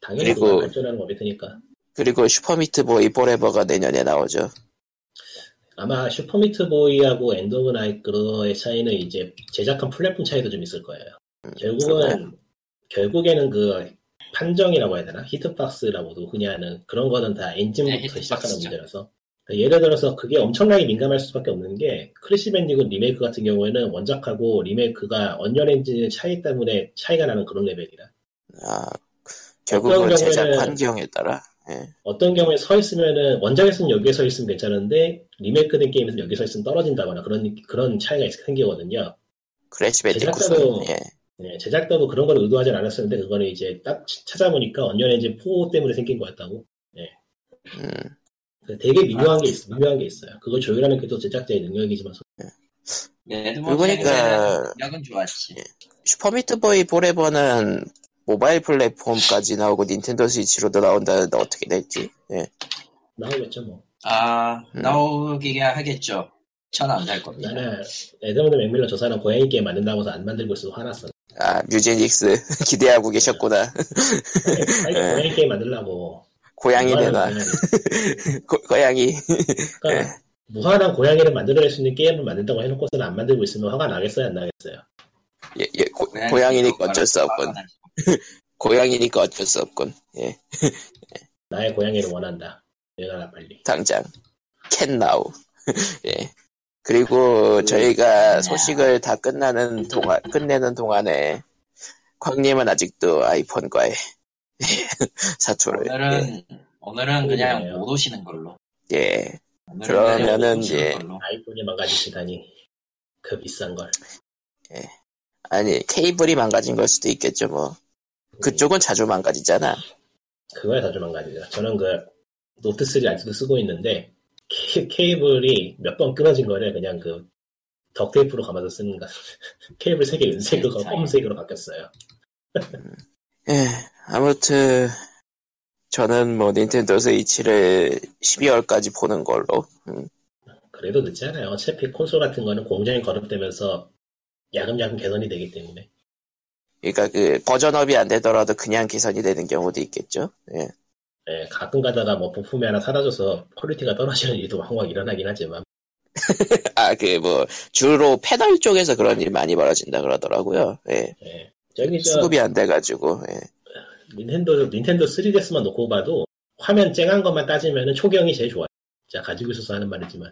C: 당연히
A: 그리고-
C: 그건 발전하는 법이 되니까
A: 그리고 슈퍼미트보이 포레버가 내년에 나오죠.
C: 아마 슈퍼미트보이하고 엔드 오브 나이크로의 차이는 이제 제작한 플랫폼 차이도 좀 있을 거예요.
A: 그러네.
C: 결국은, 결국에는 그 판정이라고 해야 되나? 히트박스라고도 흔히 하는 그런 거는 다
B: 네,
C: 엔진부터
B: 히트박스죠.
C: 시작하는 문제라서. 그러니까 예를 들어서 그게 엄청나게 민감할 수밖에 없는 게 크리시 밴디군 리메이크 같은 경우에는 원작하고 리메이크가 언리얼 엔진의 차이 때문에 차이가 나는 그런 레벨이라.
A: 아, 결국은
C: 어떤
A: 제작
C: 경우에는-
A: 환경에 따라. 예.
C: 어떤 경우에 서 있으면은 원작에서는 여기에 서 있으면 괜찮은데 리메이크된 게임에서는 여기 서 있으면 떨어진다거나 그런 그런 차이가 생기거든요.
A: 크래시
C: 제작자도-
A: 밴디쿠스. 예.
C: 네, 제작자도 그런 걸 의도하진 않았었는데 그거는 이제 딱 치- 찾아보니까 언리얼 엔진 4 때문에 생긴 거였다고.
A: 음.
C: 그래서 되게 미묘한 게 있어, 미묘한 게 있어요. 그걸 조율하는 게 또 제작자의 능력이지만 소-
B: 에드먼드
A: 그러니까-
B: 맥밀런 약은 좋았지
A: 슈퍼미트보이 포레버는 모바일 플랫폼까지 나오고 닌텐도 스위치로도 나온다는데 어떻게 될지. 예.
C: 나오겠죠 뭐.
B: 아
A: 음.
B: 나오게 하겠죠 전 안 살 겁니다
C: 나는 에드먼드 맥밀러 저 사람 고양이 게임 만든다고서 안 만들고 있어도 화났어.
A: 아, 뮤제닉스 기대하고 계셨구나.
C: 빨리, 빨리 고양이 게임 만들라고.
A: 네. 고양이 네.
C: 무한한
A: 내놔.
C: 고양이. 네.
A: 고, 고양이.
C: 그러니까 무한한 고양이를 만들어낼 수 있는 게임을 만든다고 해놓고서는 안 만들고 있으면 화가 나겠어요, 안 나겠어요?
A: 예, 예, 고,
B: 네,
A: 고양이니까 어쩔 수 없군. 고양이니까 어쩔 수 없군. 예,
C: 나의 고양이를 원한다. 내놔라 빨리.
A: 당장. 캔 나우. 예.
B: 네.
A: 그리고 저희가 소식을 다 끝나는 동안, 끝내는 동안에 광님은 아직도 아이폰과의 사투를.
B: 오늘은 오늘은 그냥
C: 그러네요.
B: 못 오시는 걸로
A: 예. 예.
B: 오늘은
A: 그러면은
B: 그냥 못 오시는
A: 예.
B: 걸로.
C: 아이폰이 망가지시다니 그 비싼 걸.
A: 아니 케이블이 망가진 걸 수도 있겠죠 뭐 그쪽은 자주 망가지잖아
C: 그거에 자주 망가지죠. 저는 그 노트 3 아직도 쓰고 있는데 케- 케이블이 몇 번 끊어진 거를 그냥 그 덕테이프로 감아서 쓰는 거. 케이블 색이 은색으로
A: 네,
B: 세상에.
C: 검은색으로 바뀌었어요.
A: 예 아무튼 저는 뭐 닌텐도 스위치를 12월까지 보는 걸로 음,
C: 그래도 늦지 않아요. 어차피 콘솔 같은 거는 공정이 거듭되면서 야금야금 개선이 되기 때문에
A: 그러니까 그 버전업이 안 되더라도 그냥 개선이 되는 경우도 있겠죠 예
C: 예, 가끔 가다가 뭐 부품이 하나 사라져서 퀄리티가 떨어지는 일도 왕왕 일어나긴 하지만
A: 아 그 뭐 주로 패널 쪽에서 그런 일이 많이 벌어진다 그러더라고요 예
C: 예. 저기 저
A: 수급이 안 돼가지고 예.
C: 닌텐도 닌텐도 3DS만 놓고 봐도 화면 쨍한 것만 따지면 초경이 제일 좋아요. 자 가지고 있어서 하는 말이지만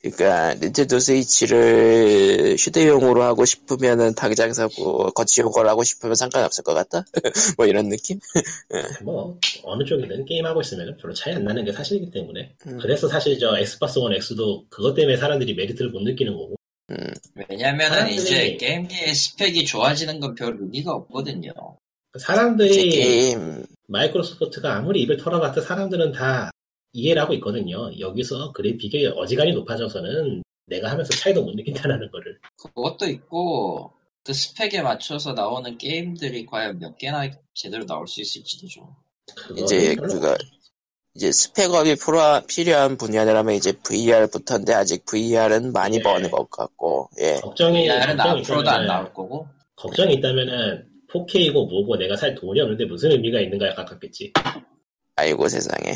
A: 그러니까 닌텐도 스위치를 휴대용으로 하고 싶으면은 당장 사고 거치용 걸 하고 싶으면 상관없을 것 같다 뭐 이런 느낌
C: 뭐 어느 쪽이든 게임하고 있으면 별로 차이 안 나는 게 사실이기 때문에
A: 음.
C: 그래서 사실 저 엑스박스 원 X도 그것 때문에 사람들이 메리트를 못 느끼는 거고
A: 음,
B: 왜냐면은
C: 사람들이-
B: 이제 게임기의 스펙이 좋아지는 건 별 의미가 없거든요.
A: 이제
C: 사람들이
A: 게임
C: 마이크로소프트가 아무리 입을 털어봤자 사람들은 다 이해를 하고 있거든요. 여기서 그래픽이 어지간히 높아져서는 내가 하면서 차이도 못 느낀다는 거를.
B: 그것도 있고 그 스펙에 맞춰서 나오는 게임들이 과연 몇 개나 제대로 나올 수 있을지도 좀.
C: 그거는
A: 이제
C: 별로
A: 그가 이제 스펙업이 필요한, 필요한 분야라면 이제 VR부터인데 아직 VR은 많이
C: 네.
A: 버는 것 같고 예
C: 걱정이
B: VR은
C: 걱정이
B: 앞으로도 안
C: 네, 있다면은-
B: 나올 거고.
C: 걱정이 있다면은 4K고 뭐고 내가 살 돈이 없는데 무슨 의미가 있는가에 가깝겠지.
A: 아이고 세상에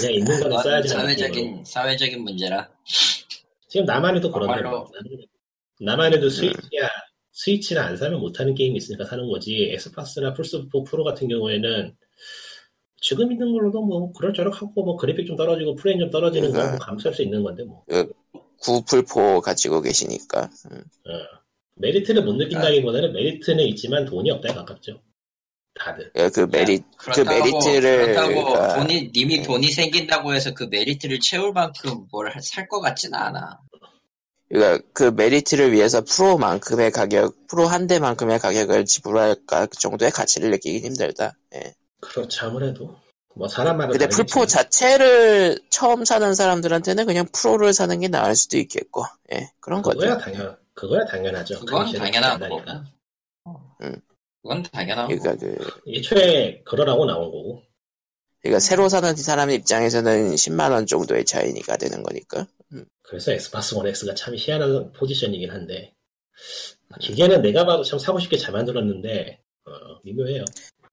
C: 그냥 있는 거는
B: 그건
C: 써야지. 하는 거로.
B: 사회적인 사회적인 문제라.
C: 지금 나만
B: 아,
C: 해도 그런데.
B: 정말로.
C: 나는- 나만 해도
B: 네.
C: 스위치야. 스위치를 안 사면 못하는 게임이 있으니까 사는 거지. 엑스박스나 플스4 프로 같은 경우에는 지금 있는 걸로도 뭐 그럴저럴 하고 뭐 그래픽 좀 떨어지고 프레임 좀 떨어지는 거
A: 그러니까.
C: 감수할 수 있는 건데 뭐
A: 구풀포 가지고 계시니까 음,
C: 메리트를 못 느낀다기보다는 메리트는 있지만 돈이 없다에 가깝죠. 다들.
A: 예, 그 메리
B: 그렇다고,
A: 메리트를-
B: 그렇다고
A: 그러니까-
B: 돈이 님이 돈이 생긴다고 해서 그 메리트를 채울 만큼 뭘 살 것 같진 않아.
A: 그러니까 그 메리트를 위해서 프로만큼의 가격 프로 한 대만큼의 가격을 지불할 가- 정도의 가치를 느끼긴 힘들다 예.
C: 그렇지 아무래도 뭐 사람마다
A: 근데
C: 다르겠지만.
A: 풀포 자체를 처음 사는 사람들한테는 그냥 프로를 사는 게 나을 수도 있겠고 예 그런 거죠
C: 그거야 당연 그거야 당연하죠.
B: 그건
C: 당신은
B: 당연한
C: 그렇게
B: 거고. 어.
C: 한다니까.
A: 음.
B: 그건 당연한 거고.
A: 그러니까 그
C: 애초에 그러라고 나온 거고.
A: 그러니까 새로 사는 사람 입장에서는 10만 원 정도의 차이니까 되는 거니까
C: 그래서 엑스박스 원 X가 참 희한한 포지션이긴 한데 기계는 내가 봐도 참 사고 싶게 잘 만들었는데 어, 미묘해요.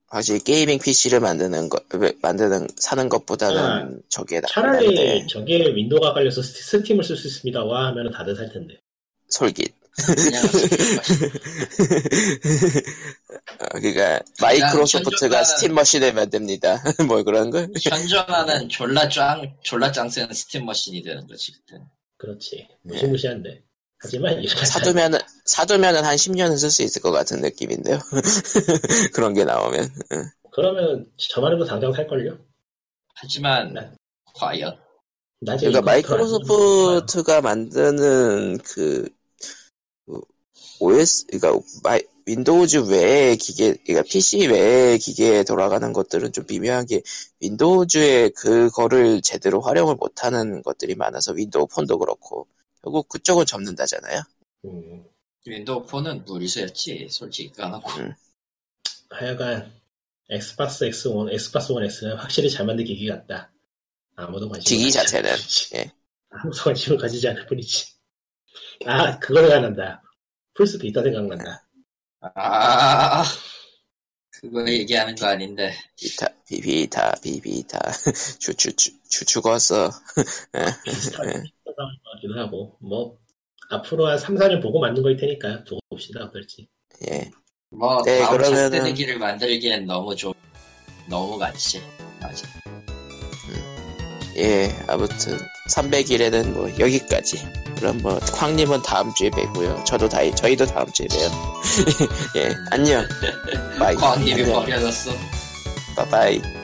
A: 확실히 게이밍 PC를 만드는 거 왜- 만드는 사는 것보다는
C: 아,
A: 저게
C: 차라리
A: 낫는데 네.
C: 저게 윈도우가 깔려서 스- 스팀을 쓸 수 있습니다. 와 하면 다들 살 텐데.
A: 솔깃
B: 그냥 어쩔 것이-
A: 어, 그러니까 마이크로소프트가
B: 현존하는-
A: 스팀 머신을 만듭니다 뭐 그런 걸
B: 현존하는 졸라 짱, 졸라 짱 센 스팀 머신이 되는 거지, 그때.
C: 그렇지. 무시무시한데. 하지만 이렇게
A: 네. 사두면은 사두면은 한 10년은 쓸 수 있을 것 같은 느낌인데요 그런 게 나오면
C: 그러면 저만 해도 당장 살걸요?
B: 하지만,
C: 네.
B: 과연,
C: 나 지금
A: 그러니까
C: 이거 안 쓰는 거야.
A: 마이크로소프트가 만드는 그, 그 OS 그러니까 마이, 윈도우즈 외의 기계 그러니까 PC 외의 기계에 돌아가는 것들은 좀 미묘한 게 윈도우즈의 그거를 제대로 활용을 못하는 것들이 많아서 윈도우 폰도 그렇고 결국 그쪽은 접는다잖아요.
C: 음,
B: 윈도우 4는 무리수였지, 솔직히 까놓고.
C: 하여간 엑스박스 X1, 엑스박스 원 X는 확실히 잘 만든 기기 같다. 아무도 관심
A: 기기 자체는 예.
C: 아무 관심을 가지지 않을 뿐이지. 아, 그거 생각난다. 플스 비타
A: 예.
C: 생각난다.
B: 아, 그거 얘기하는 거 아닌데.
A: 비타 비비타 비비타 주주주주 죽었어.
C: 비슷한 상황인 것 같기도 하고, 뭐, 앞으로 한 3, 4년 보고 만든 거일 테니까 두고 봅시다, 어떨지.
A: 예.
B: 뭐,
A: 네,
B: 다음
A: 그러면은-
B: 차세대기를 만들기엔 너무 좀, 너무 많지. 맞아.
A: 예, 아무튼 300일에는 뭐 여기까지. 그럼 뭐 광님은 다음 주에 뵈고요. 저도 다 저희도 다음 주에 봬요. 예, 안녕. 바이.
B: 광님이
A: 안녕.
B: 버려졌어.
A: 바이바이.